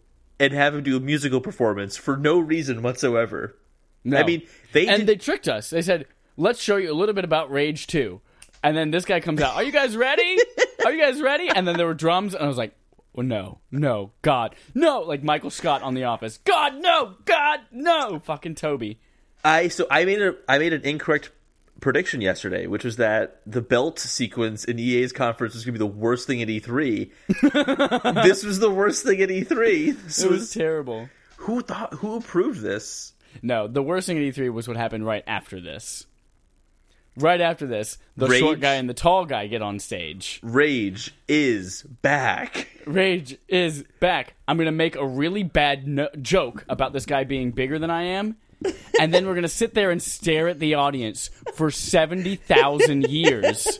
Speaker 1: and have him do a musical performance for no reason whatsoever.
Speaker 2: No.
Speaker 1: I mean, they
Speaker 2: and
Speaker 1: did-
Speaker 2: they tricked us. They said, "Let's show you a little bit about Rage 2." And then this guy comes out, "Are you guys ready? Are you guys ready?" And then there were drums, and I was like, well, "No, no, God, no!" Like Michael Scott on The Office, "God, no, God, no!" Fucking Toby.
Speaker 1: I so I made a I made an incorrect prediction yesterday, which was that the belt sequence in EA's conference was going to be the worst thing at E3. this was the worst thing at E3. This
Speaker 2: It was
Speaker 1: was,
Speaker 2: terrible.
Speaker 1: who thought who approved this?
Speaker 2: No, the worst thing at E3 was what happened right after this. Right after this, the
Speaker 1: Rage?
Speaker 2: short guy and the tall guy get on stage.
Speaker 1: Rage is back.
Speaker 2: Rage is back. I'm going to make a really bad no- joke about this guy being bigger than I am. And then we're going to sit there and stare at the audience for 70,000 years.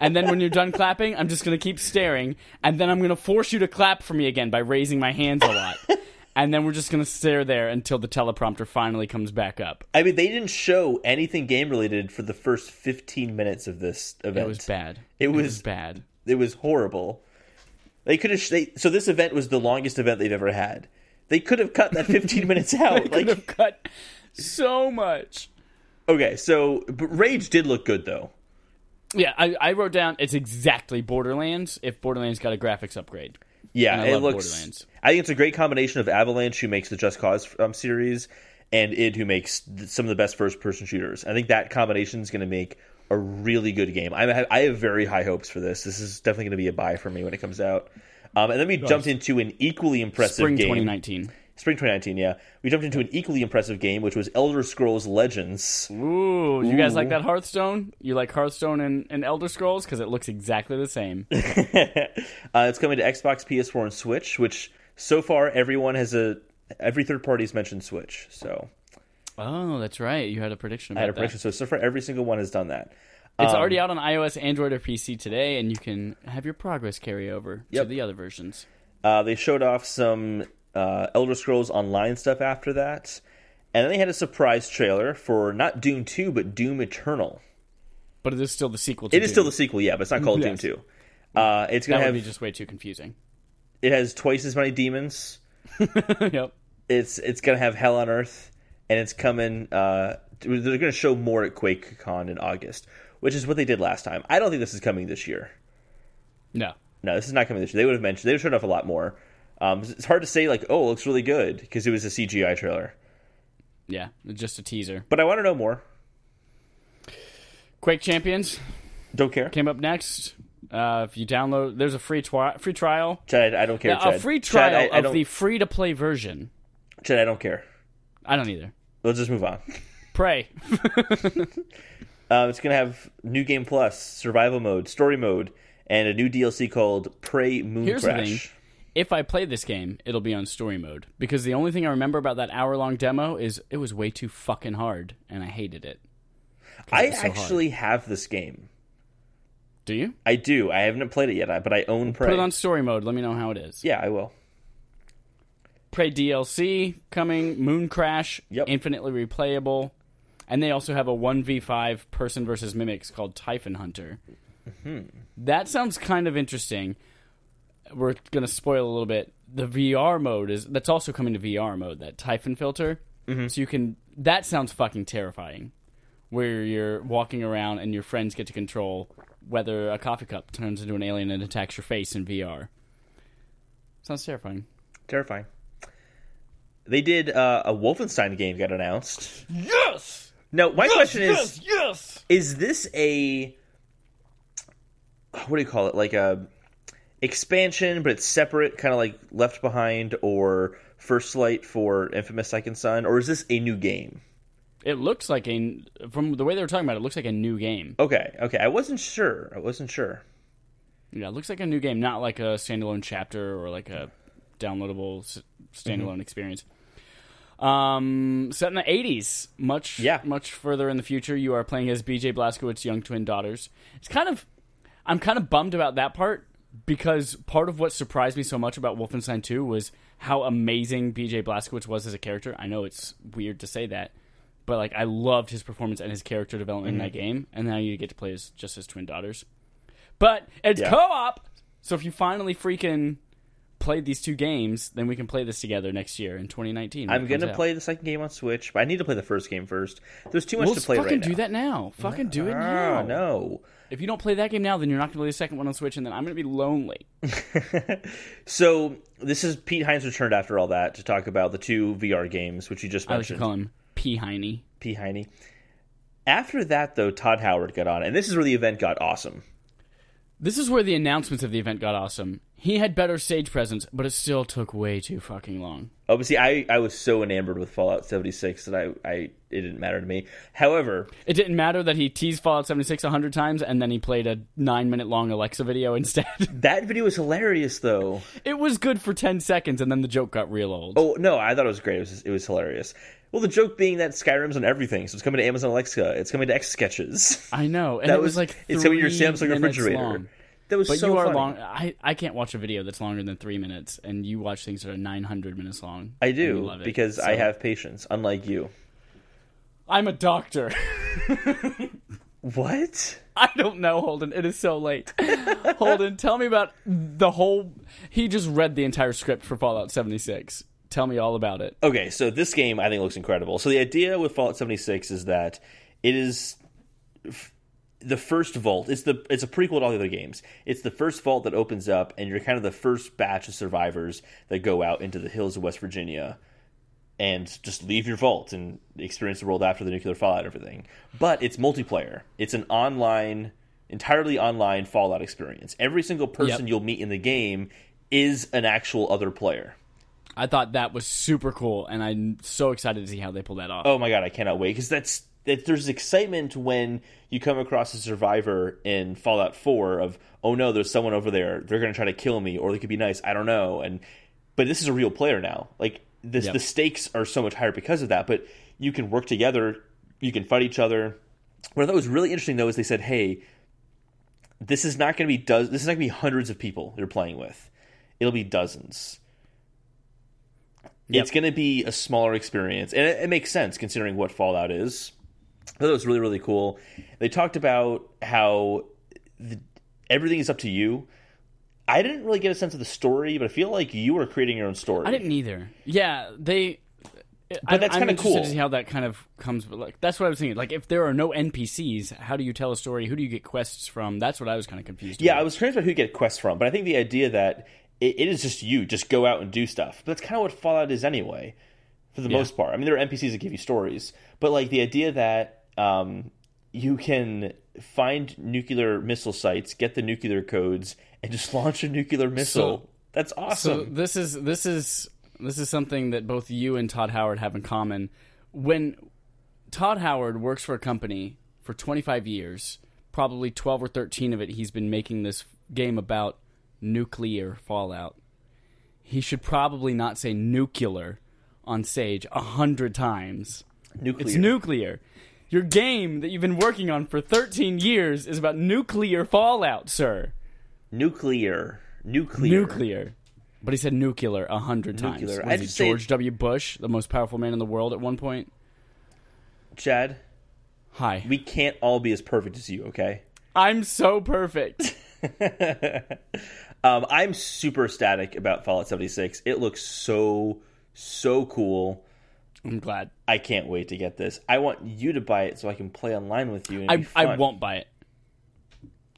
Speaker 2: And then when you're done clapping, I'm just going to keep staring. And then I'm going to force you to clap for me again by raising my hands a lot. And then we're just going to stare there until the teleprompter finally comes back up.
Speaker 1: I mean, they didn't show anything game related for the first 15 minutes of this event.
Speaker 2: It was bad.
Speaker 1: It was-
Speaker 2: bad.
Speaker 1: it was horrible. They could have. Sh- they, so this event was the longest event they've ever had. They could have cut that 15 minutes out.
Speaker 2: Could
Speaker 1: Like
Speaker 2: have cut so much.
Speaker 1: okay, so but Rage did look good though.
Speaker 2: Yeah, I, I wrote down it's exactly Borderlands if Borderlands got a graphics upgrade.
Speaker 1: Yeah,
Speaker 2: And I
Speaker 1: it
Speaker 2: love
Speaker 1: looks.
Speaker 2: Borderlands.
Speaker 1: I think it's a great combination of Avalanche, who makes the Just Cause um, series, and id, who makes th- some of the best first-person shooters. I think that combination is going to make a really good game. I have, I have very high hopes for this. This is definitely going to be a buy for me when it comes out. Um, and then we jumped into an equally impressive
Speaker 2: Spring
Speaker 1: game.
Speaker 2: 2019.
Speaker 1: Spring 2019, yeah. We jumped into an equally impressive game, which was Elder Scrolls Legends.
Speaker 2: Ooh, you guys like that Hearthstone? You like Hearthstone and, and Elder Scrolls because it looks exactly the same.
Speaker 1: Uh, it's coming to Xbox, PS4, and Switch. Which so far everyone has a every third party's mentioned Switch. So
Speaker 2: oh, that's right. You had a prediction Um,
Speaker 1: I
Speaker 2: about
Speaker 1: had a
Speaker 2: that.
Speaker 1: prediction. So so far, every single one has done that.
Speaker 2: It's already out on iOS, Android, or PC today, and you can have your progress carry over to
Speaker 1: Yep.
Speaker 2: the other versions.
Speaker 1: Uh, they showed off some uh, Elder Scrolls Online stuff after that, and then they had a surprise trailer for not Doom Two, but Doom Eternal.
Speaker 2: But it is still the sequel. to
Speaker 1: It is still
Speaker 2: Doom.
Speaker 1: the sequel, yeah, but it's not called
Speaker 2: Yes.
Speaker 1: Doom Two. Uh, it's
Speaker 2: That
Speaker 1: gonna
Speaker 2: would
Speaker 1: have
Speaker 2: be just way too confusing.
Speaker 1: it has twice as many demons.
Speaker 2: yep.
Speaker 1: It's it's gonna have hell on earth. and it's coming. Uh, they're going to show more at QuakeCon in August, which is what they did last time. I don't think this is coming this year.
Speaker 2: No.
Speaker 1: No, this is not coming this year. They would have mentioned. They would have shown off a lot more. Um, it's hard to say like, oh, it looks really good because it was a CGI trailer.
Speaker 2: Yeah, just a teaser.
Speaker 1: But I want to know more.
Speaker 2: Quake Champions
Speaker 1: Don't care.
Speaker 2: came up next. Uh, if you download, there's a free twi- free trial,
Speaker 1: Chad, I don't care.
Speaker 2: a
Speaker 1: Chad.
Speaker 2: free
Speaker 1: Chad,
Speaker 2: trial
Speaker 1: I, I
Speaker 2: of
Speaker 1: don't,
Speaker 2: the free to play version.
Speaker 1: Chad, I don't care.
Speaker 2: I don't either.
Speaker 1: Let's just move on.
Speaker 2: Pray.
Speaker 1: Um, it's gonna have new game plus, survival mode, story mode, and a new DLC called Prey Moon
Speaker 2: Here's the
Speaker 1: Crash.
Speaker 2: if I play this game, it'll be on story mode because the only thing I remember about that hour long demo is it was way too fucking hard and I hated it.
Speaker 1: I
Speaker 2: it's so hard.
Speaker 1: actually have this game.
Speaker 2: Do you?
Speaker 1: I do. I haven't played it yet, I- but I own Prey.
Speaker 2: Put it on story mode. Let me know how it is.
Speaker 1: Yeah, I will.
Speaker 2: Prey DLC coming, Moon Crash,
Speaker 1: Yep.
Speaker 2: infinitely replayable. And they also have a 1v5 person versus mimics called Typhon Hunter. That sounds kind of interesting. We're going to spoil a little bit. The VR mode is that's also coming to VR mode, that Typhon filter. So you can that sounds fucking terrifying. Where you're walking around and your friends get to control whether a coffee cup turns into an alien and attacks your face in VR. Sounds terrifying.
Speaker 1: Terrifying. They did uh, a Wolfenstein game got announced.
Speaker 2: Yes!
Speaker 1: Now, my question is:
Speaker 2: yes.
Speaker 1: Is this a what do you call it? Like a expansion, but it's separate, kind of like Left Behind or First Light for Infamous Second Son, or is this a new game?
Speaker 2: It looks like a from the way they were talking about it, it looks like a new game.
Speaker 1: Okay, okay. I wasn't sure. I wasn't sure.
Speaker 2: Yeah, it looks like a new game, not like a standalone chapter or like a downloadable s- standalone experience. Um, set in the eighties, much
Speaker 1: Yeah.
Speaker 2: much further in the future. You are playing as BJ Blazkowicz's young twin daughters. It's kind of, I'm kind of bummed about that part because part of what surprised me so much about Wolfenstein Two was how amazing BJ Blazkowicz was as a character. I know it's weird to say that, but like I loved his performance and his character development
Speaker 1: Mm-hmm.
Speaker 2: in that game, and now you get to play as just his twin daughters. But it's
Speaker 1: Yeah.
Speaker 2: co-op, so if you finally freaking played these two games, then we can play this together next year in 2019. when
Speaker 1: I'm
Speaker 2: it comes
Speaker 1: gonna
Speaker 2: out.
Speaker 1: play the second game on Switch, but I need to play the first game first. There's too much
Speaker 2: Well,
Speaker 1: to play
Speaker 2: fucking
Speaker 1: right
Speaker 2: do
Speaker 1: now.
Speaker 2: that now. Fucking do it
Speaker 1: Ah,
Speaker 2: now.
Speaker 1: no.
Speaker 2: If you don't play that game now, then you're not gonna play the second one on Switch, and then I'm gonna be lonely.
Speaker 1: So this is Pete Hines returned after all that to talk about the two VR games, which you just
Speaker 2: I like to
Speaker 1: mentioned.
Speaker 2: call him P. Heine.
Speaker 1: P. Heine. After that, though, Todd Howard got on, and this is where the event got awesome.
Speaker 2: This is where the announcements of the event got awesome. He had better stage presence, but it still took way too fucking long.
Speaker 1: Obviously, I, I was so enamored with Fallout 76 that I, I it didn't matter to me. However,
Speaker 2: It didn't matter that he teased Fallout 76 a hundred times, and then he played a nine minute long Alexa video instead.
Speaker 1: that video was hilarious, though.
Speaker 2: It was good for 10 seconds, and then the joke got real old.
Speaker 1: Oh no, I thought it was great. It was, it was hilarious. Well, the joke being that Skyrim's on everything, so it's coming to Amazon Alexa. It's coming to X Sketches.
Speaker 2: I know. And
Speaker 1: That
Speaker 2: it was, like three
Speaker 1: it's coming to your
Speaker 2: minutes
Speaker 1: Samsung refrigerator.
Speaker 2: Long.
Speaker 1: That was
Speaker 2: But
Speaker 1: so
Speaker 2: you are
Speaker 1: funny.
Speaker 2: long. I, I can't watch a video that's longer than three minutes, and you watch things that are 900 minutes long.
Speaker 1: I
Speaker 2: and you
Speaker 1: do
Speaker 2: love it.
Speaker 1: because
Speaker 2: So-
Speaker 1: I have patience, unlike you.
Speaker 2: I'm a doctor.
Speaker 1: What?
Speaker 2: I don't know, Holden. It is so late. Holden, tell me about the whole. He just read the entire script for Fallout 76. Tell me all about it.
Speaker 1: Okay, so this game I think looks incredible. So the idea with Fallout 76 is that it is f- the first vault. It's the it's a prequel to all the other games. It's the first vault that opens up, and you're kind of the first batch of survivors that go out into the hills of West Virginia and just leave your vault and experience the world after the nuclear fallout and everything. But it's multiplayer. It's an online, entirely online Fallout experience. Every single person
Speaker 2: Yep.
Speaker 1: you'll meet in the game is an actual other player.
Speaker 2: I thought that was super cool, and I'm so excited to see how they pull that off.
Speaker 1: oh my god, I cannot wait because that's that there's excitement when you come across a survivor in Fallout 4 of oh no, there's someone over there. They're going to try to kill me or they could be nice. I don't know. And but this is a real player now. Like this
Speaker 2: Yep.
Speaker 1: the stakes are so much higher because of that, but you can work together, you can fight each other. What I thought was really interesting though is they said, "Hey, this is not going to be does this is not going to be hundreds of people you're playing with. It'll be dozens." It's going to be a smaller experience, and it, it makes sense considering what Fallout is. I thought it was really really cool. They talked about how the, everything is up to you. I didn't really get a sense of the story, but I feel like you were creating your own story.
Speaker 2: I didn't either. Yeah, they I,
Speaker 1: that's
Speaker 2: I'm
Speaker 1: kinda
Speaker 2: interested
Speaker 1: cool.
Speaker 2: to see how that kind of comes. But like, that's what I was thinking. Like, if there are no NPCs, how do you tell a story? Who do you get quests from? That's what I was kind of confused.
Speaker 1: Yeah,
Speaker 2: about.
Speaker 1: I was curious about who you get quests from, but I think the idea that it, it is just you, just go out and do stuff. But that's kind of what Fallout is anyway, for the most part. I mean, there are NPCs that give you stories, but like the idea that um, you can find nuclear missile sites, get the nuclear codes, and just launch a nuclear missile. that's
Speaker 2: So
Speaker 1: awesome.
Speaker 2: this is this is this is something that both you and Todd Howard have in common. When Todd Howard works for a company for 25 years, probably 12 or 13 of it, he's been making this game about nuclear fallout. He should probably not say nuclear on stage a hundred times.
Speaker 1: nuclear.
Speaker 2: It's nuclear. Your game that you've been working on for 13 years is about nuclear fallout, sir.
Speaker 1: nuclear. Nuclear.
Speaker 2: Nuclear. But he said nuclear a hundred times.
Speaker 1: Nuclear.
Speaker 2: Was
Speaker 1: I'd
Speaker 2: he
Speaker 1: say-
Speaker 2: George W. Bush, the most powerful man in the world at one point?
Speaker 1: Chad,
Speaker 2: Hi.
Speaker 1: we can't all be as perfect as you, okay?
Speaker 2: I'm so perfect.
Speaker 1: Um, I'm super ecstatic about Fallout 76. It looks so, so cool.
Speaker 2: I'm glad.
Speaker 1: I can't wait to get this. I want you to buy it so I can play online with you. And it'd
Speaker 2: I,
Speaker 1: be
Speaker 2: I
Speaker 1: fun.
Speaker 2: won't buy it.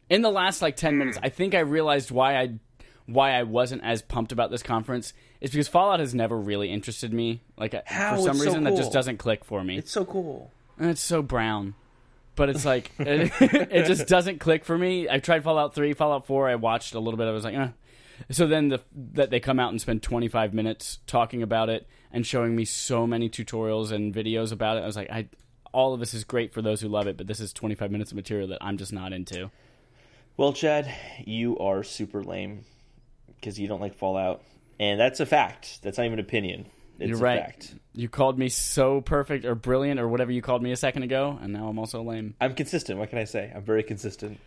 Speaker 2: In the last like ten minutes, I think I realized why I why I wasn't as pumped about this conference. It's because Fallout has never really interested me. Like I-
Speaker 1: How?
Speaker 2: for some
Speaker 1: It's so
Speaker 2: reason that just
Speaker 1: cool.
Speaker 2: doesn't click for me.
Speaker 1: It's so cool.
Speaker 2: And it's so brown. But it's like it, it just doesn't click for me. I tried Fallout Three, Fallout Four. I watched a little bit. I was like, eh. so then the that they come out and spend 25 minutes talking about it and showing me so many tutorials and videos about it. I was like, I all of this is great for those who love it, but this is 25 minutes of material that I'm just not into.
Speaker 1: Well, Chad, you are super lame because you don't like Fallout, and that's a fact. That's not even an opinion. It's
Speaker 2: You're
Speaker 1: a
Speaker 2: right.
Speaker 1: fact.
Speaker 2: You called me so perfect or brilliant or whatever you called me a second ago, and now I'm also lame.
Speaker 1: I'm consistent. What can I say? I'm very consistent.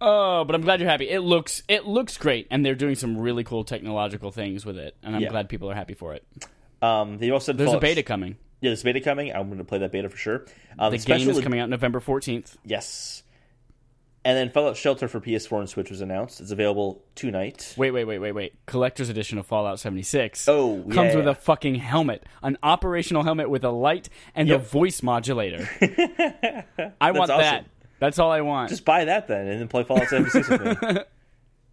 Speaker 2: Oh, but I'm glad you're happy. It looks it looks great, and they're doing some really cool technological things with it, and I'm
Speaker 1: Yeah.
Speaker 2: glad people are happy for it.
Speaker 1: Um, they also
Speaker 2: There's a beta coming.
Speaker 1: Yeah, there's a beta coming. I'm going to play that beta for sure. Um,
Speaker 2: The
Speaker 1: special
Speaker 2: game is
Speaker 1: ed-
Speaker 2: coming out November 14th.
Speaker 1: Yes. And then Fallout Shelter for PS4 and Switch was announced. It's available tonight.
Speaker 2: Wait, wait, wait, wait, wait. Collector's edition of Fallout 76.
Speaker 1: Oh, yeah,
Speaker 2: comes with
Speaker 1: yeah.
Speaker 2: a fucking helmet, an operational helmet with a light and a
Speaker 1: Yep.
Speaker 2: voice modulator. I want
Speaker 1: awesome.
Speaker 2: that. That's all I want.
Speaker 1: Just buy that then, and then play Fallout 76 with me.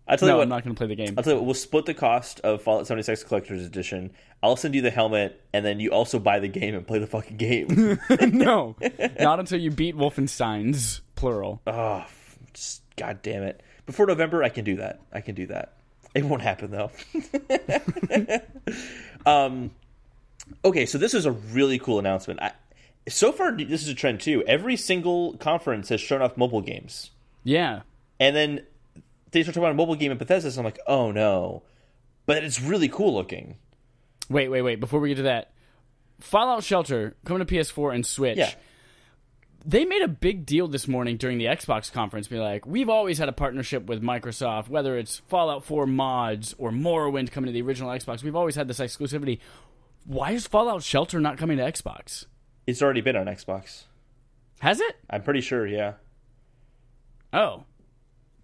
Speaker 1: I tell you
Speaker 2: no,
Speaker 1: what,
Speaker 2: I'm not going to play the game.
Speaker 1: I'll tell you what, we'll split the cost of Fallout 76 Collector's Edition. I'll send you the helmet, and then you also buy the game and play the fucking game.
Speaker 2: no, not until you beat Wolfenstein's plural.
Speaker 1: oh, f- just, God damn it. Before November, I can do that. I can do that. It won't happen, though. um, okay, so this is a really cool announcement. I, so far, this is a trend, too. Every single conference has shown off mobile games.
Speaker 2: Yeah,
Speaker 1: And then they start talking about a mobile game at Bethesda, so I'm like, oh, no. But it's really cool looking.
Speaker 2: Wait, wait, wait. Before we get to that, Fallout Shelter coming to PS4 and Switch.
Speaker 1: Yeah.
Speaker 2: They made a big deal this morning during the Xbox conference. Be like, we've always had a partnership with Microsoft, whether it's Fallout 4 mods or Morrowind coming to the original Xbox. We've always had this exclusivity. Why is Fallout Shelter not coming to Xbox?
Speaker 1: It's already been on Xbox.
Speaker 2: Has it?
Speaker 1: I'm pretty sure, yeah.
Speaker 2: Oh,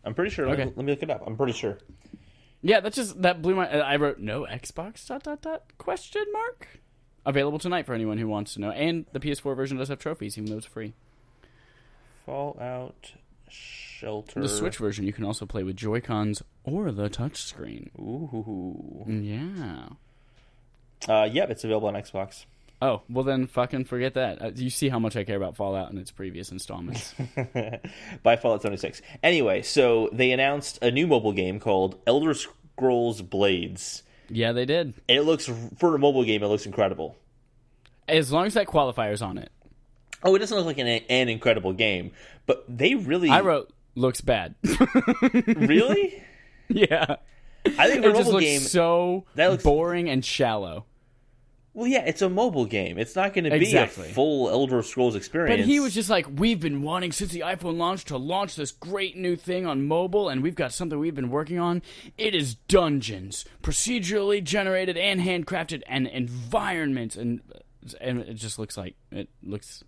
Speaker 1: I'm pretty sure.
Speaker 2: Okay.
Speaker 1: Let, me, let me look it up. I'm pretty sure.
Speaker 2: yeah. That just that blew my. I wrote no Xbox dot dot dot question mark available tonight for anyone who wants to know. And the PS4 version does have trophies, even though it's free.
Speaker 1: Fallout Shelter.
Speaker 2: The Switch version you can also play with Joy Cons or the touchscreen.
Speaker 1: Ooh.
Speaker 2: Yeah.
Speaker 1: Uh, yep, it's available on Xbox.
Speaker 2: Oh well, then fucking forget that. Uh, you see how much I care about Fallout and its previous installments.
Speaker 1: By Fallout 76. Anyway, so they announced a new mobile game called Elder Scrolls Blades.
Speaker 2: yeah, they did.
Speaker 1: And it looks, for a mobile game, it looks incredible.
Speaker 2: As long as that qualifier's on it,
Speaker 1: Oh, it doesn't look like an, an incredible game, but they really.
Speaker 2: I wrote looks bad.
Speaker 1: Really?
Speaker 2: yeah,
Speaker 1: I think for
Speaker 2: it
Speaker 1: a
Speaker 2: just
Speaker 1: mobile
Speaker 2: looks
Speaker 1: game.
Speaker 2: so
Speaker 1: that looks-
Speaker 2: boring and shallow.
Speaker 1: Well, yeah, it's a mobile game. It's not going to
Speaker 2: Exactly.
Speaker 1: be a full Elder Scrolls experience.
Speaker 2: But he was just like, we've been wanting since the iPhone launched to launch this great new thing on mobile, and we've got something we've been working on. It is dungeons, procedurally generated and handcrafted, and environments, and and it just looks like it looks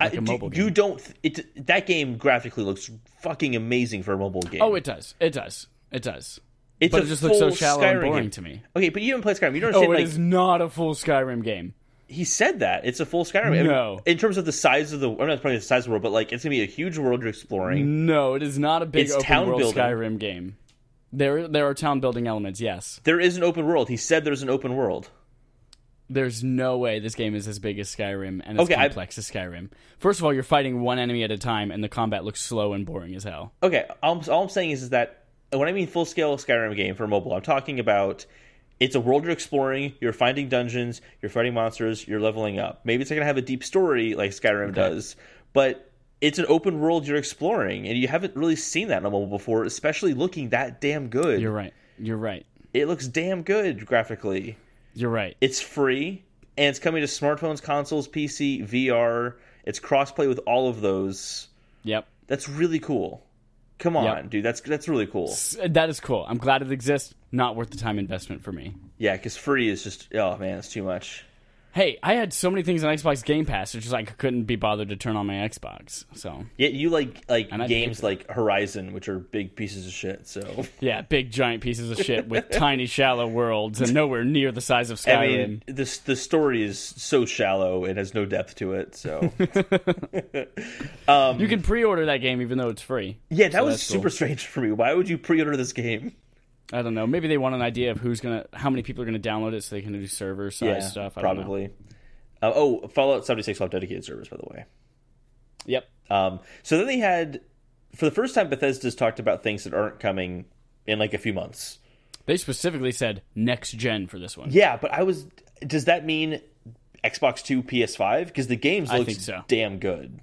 Speaker 2: like
Speaker 1: I-
Speaker 2: a
Speaker 1: do-
Speaker 2: mobile
Speaker 1: You
Speaker 2: game.
Speaker 1: don't. th- It that game graphically looks fucking amazing for a mobile game.
Speaker 2: Oh, it does. It does. It does.
Speaker 1: It's
Speaker 2: Oh, but
Speaker 1: a
Speaker 2: it just looks so
Speaker 1: full
Speaker 2: shallow
Speaker 1: Skyrim
Speaker 2: and boring
Speaker 1: game.
Speaker 2: to me.
Speaker 1: Okay, but you haven't played Skyrim. You don't
Speaker 2: Oh, it is
Speaker 1: understand. like,
Speaker 2: not a full Skyrim game.
Speaker 1: he said that it's a full Skyrim. I mean,
Speaker 2: No.
Speaker 1: in terms of the size of the, I'm not probably the size of the world, but like it's gonna be a huge world you're exploring.
Speaker 2: No, it is not a big
Speaker 1: It's
Speaker 2: open
Speaker 1: town
Speaker 2: world
Speaker 1: building.
Speaker 2: Skyrim game. There, there are town building elements. Yes,
Speaker 1: There is an open world. He said there's an open world.
Speaker 2: there's no way this game is as big as Skyrim and as
Speaker 1: Okay, I-
Speaker 2: complex as Skyrim. First of all, you're fighting one enemy at a time, and the combat looks slow and boring as hell.
Speaker 1: Okay, all, all I'm saying is, is that when I mean full scale Skyrim game for mobile, I'm talking about it's a world you're exploring, you're finding dungeons, you're fighting monsters, you're leveling up. Maybe it's not going to have a deep story like Skyrim does, but it's an open world you're exploring, and you haven't really seen that in a mobile before, especially looking that damn good.
Speaker 2: You're right. You're right.
Speaker 1: It looks damn good graphically.
Speaker 2: You're right.
Speaker 1: It's free, and it's coming to smartphones, consoles, PC, VR. It's crossplay with all of those.
Speaker 2: Yep.
Speaker 1: That's really cool. Come on, dude. That's that's really cool.
Speaker 2: S- That is cool. I'm glad it exists. Not worth the time investment for me.
Speaker 1: Yeah, because free is just oh man, it's too much.
Speaker 2: Hey, I had so many things on Xbox Game Pass, it's just like I couldn't be bothered to turn on my Xbox. So
Speaker 1: Yet you like like
Speaker 2: I paid
Speaker 1: games like Horizon, which are big pieces of shit. So
Speaker 2: yeah, big giant pieces of shit with tiny shallow worlds and nowhere near the size of Skyrim.
Speaker 1: I mean, this the story is so shallow; it has no depth to it. So
Speaker 2: you can pre-order that game even though it's free.
Speaker 1: yeah, that
Speaker 2: So
Speaker 1: was
Speaker 2: that's cool.
Speaker 1: super strange for me. Why would you pre-order this game?
Speaker 2: I don't know. Maybe they want an idea of who's gonna, how many people are gonna download it, so they can do server size stuff. I don't know.
Speaker 1: probably. Uh, oh, Fallout seventy six will have dedicated servers, by the way.
Speaker 2: Yep.
Speaker 1: Um, so then they had, for the first time, Bethesda's talked about things that aren't coming in like a few months.
Speaker 2: They specifically said next gen for this one.
Speaker 1: Yeah, but I was. Does that mean Xbox Two, PS Five? Because the games
Speaker 2: I
Speaker 1: looks
Speaker 2: think so.
Speaker 1: damn good.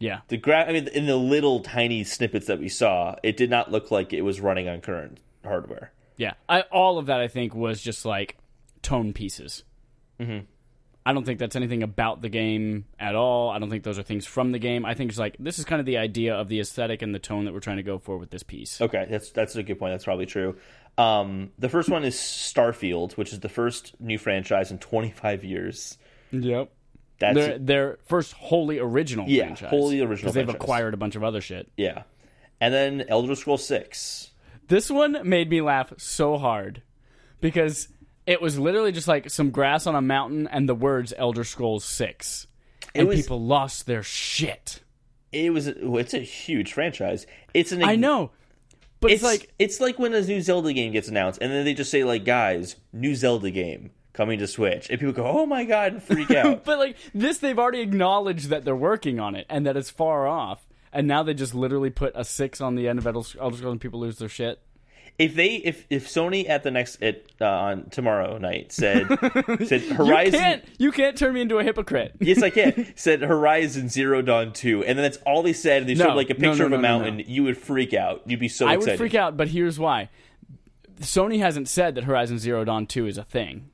Speaker 2: Yeah.
Speaker 1: The gra- I mean, in the little tiny snippets that we saw, it did not look like it was running on current hardware.
Speaker 2: Yeah, I, all of that I think was just like tone pieces. Mm-hmm. I don't think that's anything about the game at all. I don't think those are things from the game. I think it's like this is kind of the idea of the aesthetic and the tone that we're trying to go for with this piece.
Speaker 1: Okay, that's that's a good point. That's probably true. Um, the first one is Starfield, which is the first new franchise in 25 years.
Speaker 2: Yep,
Speaker 1: That's
Speaker 2: their their first wholly original
Speaker 1: Yeah,
Speaker 2: franchise.
Speaker 1: wholly original
Speaker 2: because they've
Speaker 1: franchise.
Speaker 2: acquired a bunch of other shit.
Speaker 1: yeah. And then Elder Scrolls Six.
Speaker 2: This one made me laugh so hard because it was literally just like some grass on a mountain and the words Elder Scrolls Six, and
Speaker 1: was-
Speaker 2: people lost their shit.
Speaker 1: It was it's a huge franchise. It's an
Speaker 2: I know, but
Speaker 1: it's
Speaker 2: it's like
Speaker 1: like it's like when a new Zelda game gets announced, and then they just say like, "Guys, new Zelda game coming to Switch," and people go, "Oh my god!" and freak out.
Speaker 2: But like this, they've already acknowledged that they're working on it and that it's far off, and now they just literally put a six on the end of Elder Elder Scrolls, and people lose their shit.
Speaker 1: if they if if Sony at the next at uh, on tomorrow night said said Horizon.
Speaker 2: You can't, you can't turn me into a hypocrite.
Speaker 1: Yes, I can. Said Horizon Zero Dawn Two, and then that's all they said. And they showed
Speaker 2: No,
Speaker 1: like a
Speaker 2: no,
Speaker 1: picture
Speaker 2: no,
Speaker 1: of a
Speaker 2: no, no,
Speaker 1: mountain. You would freak out. You'd be so
Speaker 2: I
Speaker 1: excited.
Speaker 2: would freak out, but here's why: Sony hasn't said that Horizon Zero Dawn Two is a thing.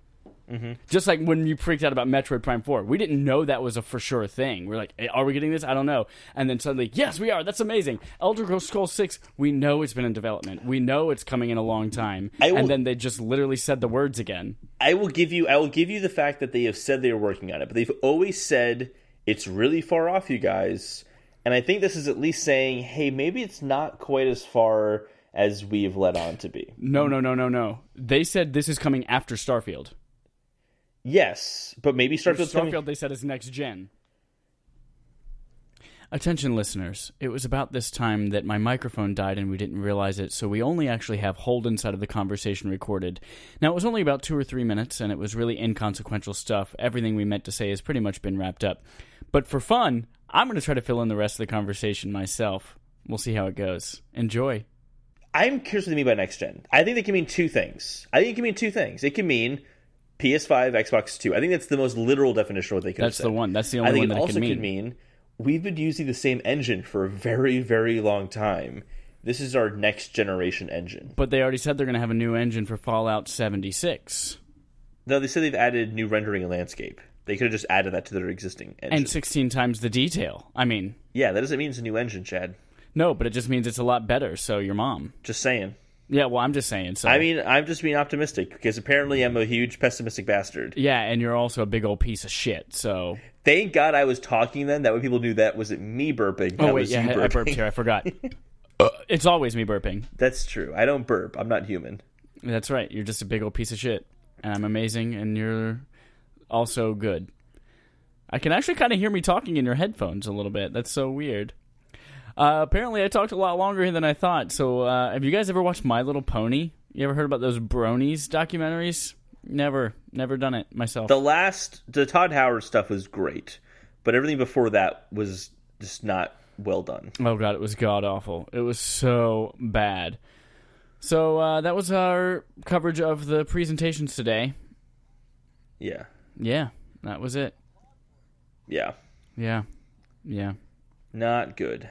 Speaker 1: Mm-hmm.
Speaker 2: Just like when you freaked out about Metroid Prime Four, we didn't know that was a for sure thing. We're like, "Eh, are we getting this? I don't know. And then suddenly, yes, we are. That's amazing. Elder Scrolls Six, we know it's been in development. We know it's coming in a long time.
Speaker 1: I will-
Speaker 2: And then they just literally said the words again.
Speaker 1: I will give you I will give you the fact that they have said they are working on it, but they've always said it's really far off, you guys. And I think this is at least saying, hey, maybe it's not quite as far as we've led on to be.
Speaker 2: No, no, no, no, no. They said this is coming after Starfield.
Speaker 1: Yes, but maybe Starfield's coming.
Speaker 2: Starfield, they said, is next gen. Attention, listeners. It was about this time that my microphone died and we didn't realize it, so we only actually have Holden's side of the conversation recorded. Now, it was only about two or three minutes, and it was really inconsequential stuff. Everything we meant to say has pretty much been wrapped up. But for fun, I'm going to try to fill in the rest of the conversation myself. We'll see how it goes. Enjoy.
Speaker 1: I'm curious what they mean by next gen. I think they can mean two things. I think it can mean two things. It can mean PS5, Xbox Two. I think that's the most literal definition of what they could.
Speaker 2: That's
Speaker 1: have
Speaker 2: the
Speaker 1: said.
Speaker 2: one. That's the
Speaker 1: I
Speaker 2: only
Speaker 1: think
Speaker 2: one
Speaker 1: it
Speaker 2: that
Speaker 1: also
Speaker 2: it can mean.
Speaker 1: could mean we've been using the same engine for a very, very long time. This is our next generation engine.
Speaker 2: But they already said they're going to have a new engine for Fallout 76.
Speaker 1: No, they said they've added new rendering and landscape. They could have just added that to their existing engine.
Speaker 2: and 16 times the detail. I mean,
Speaker 1: yeah, that doesn't mean it's a new engine, Chad.
Speaker 2: no, but it just means it's a lot better. So your mom.
Speaker 1: Just saying.
Speaker 2: Yeah, well, I'm just saying. So
Speaker 1: I mean, I'm just being optimistic because apparently I'm a huge pessimistic bastard.
Speaker 2: yeah, and you're also a big old piece of shit. So
Speaker 1: Thank God I was talking then. That way people knew that wasn't me burping. That
Speaker 2: oh wait,
Speaker 1: was
Speaker 2: yeah,
Speaker 1: you
Speaker 2: I- I burped
Speaker 1: burping.
Speaker 2: here. I forgot. Uh, It's always me burping.
Speaker 1: That's true. I don't burp. I'm not human.
Speaker 2: That's right. You're just a big old piece of shit, and I'm amazing, and you're also good. I can actually kind of hear me talking in your headphones a little bit. That's so weird. Uh, apparently, I talked a lot longer than I thought. So, uh, have you guys ever watched My Little Pony? You ever heard about those Bronies documentaries? Never, never done it myself.
Speaker 1: The last, the Todd Howard stuff was great, but everything before that was just not well done.
Speaker 2: Oh god, it was god awful. It was so bad. So uh, that was our coverage of the presentations today.
Speaker 1: Yeah.
Speaker 2: Yeah, that was it.
Speaker 1: Yeah.
Speaker 2: Yeah, yeah.
Speaker 1: Not good.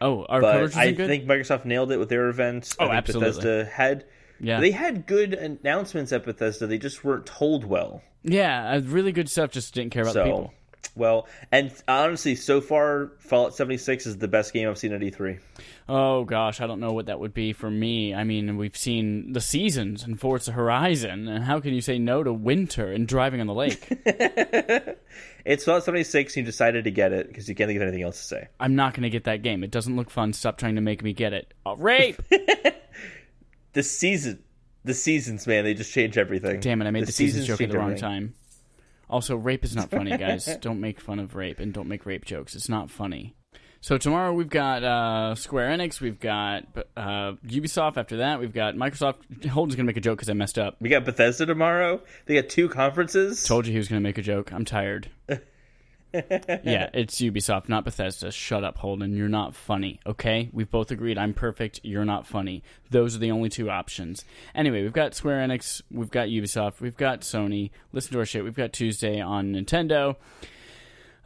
Speaker 2: Oh, our coverage
Speaker 1: But
Speaker 2: was
Speaker 1: I
Speaker 2: good.
Speaker 1: think Microsoft nailed it with their events.
Speaker 2: Oh,
Speaker 1: I think
Speaker 2: absolutely.
Speaker 1: Bethesda had
Speaker 2: yeah,
Speaker 1: they had good announcements at Bethesda. They just weren't told well.
Speaker 2: yeah. uh, Really good stuff. Just didn't care about the
Speaker 1: So
Speaker 2: people.
Speaker 1: well, and honestly, so far Fallout 76 is the best game I've seen at E E3.
Speaker 2: Oh gosh, I don't know what that would be for me. I mean, we've seen the seasons and Forza Horizon, and how can you say no to winter and driving on the lake?
Speaker 1: It's Fallout 76. You decided to get it because you can't think of anything else to say.
Speaker 2: I'm not going to get that game. It doesn't look fun. Stop trying to make me get it. Oh, rape.
Speaker 1: The season, the seasons, man, they just change everything.
Speaker 2: Damn it, I made the, seasons, joke at
Speaker 1: change
Speaker 2: the wrong
Speaker 1: everything.
Speaker 2: time. Also, rape is not funny, guys. don't make fun of rape and don't make rape jokes. It's not funny. So tomorrow we've got uh, Square Enix, we've got uh, Ubisoft. After that, we've got Microsoft. Holden's gonna make a joke because I messed up.
Speaker 1: We got Bethesda tomorrow. They got two conferences.
Speaker 2: Told you he was gonna make a joke. I'm tired. yeah, it's Ubisoft, not Bethesda. Shut up, Holden. You're not funny. Okay, we've both agreed. I'm perfect. You're not funny. Those are the only two options. Anyway, we've got Square Enix, we've got Ubisoft, we've got Sony. Listen to our shit. We've got Tuesday on Nintendo.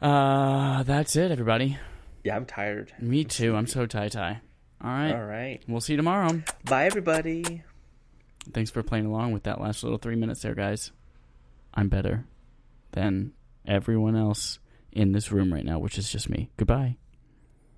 Speaker 2: Uh, that's it, everybody.
Speaker 1: yeah, I'm tired.
Speaker 2: Me too. I'm so tie tie. All right.
Speaker 1: All right.
Speaker 2: We'll see you tomorrow.
Speaker 1: Bye, everybody.
Speaker 2: Thanks for playing along with that last little three minutes there, guys. I'm better than everyone else in this room right now, which is just me. Goodbye.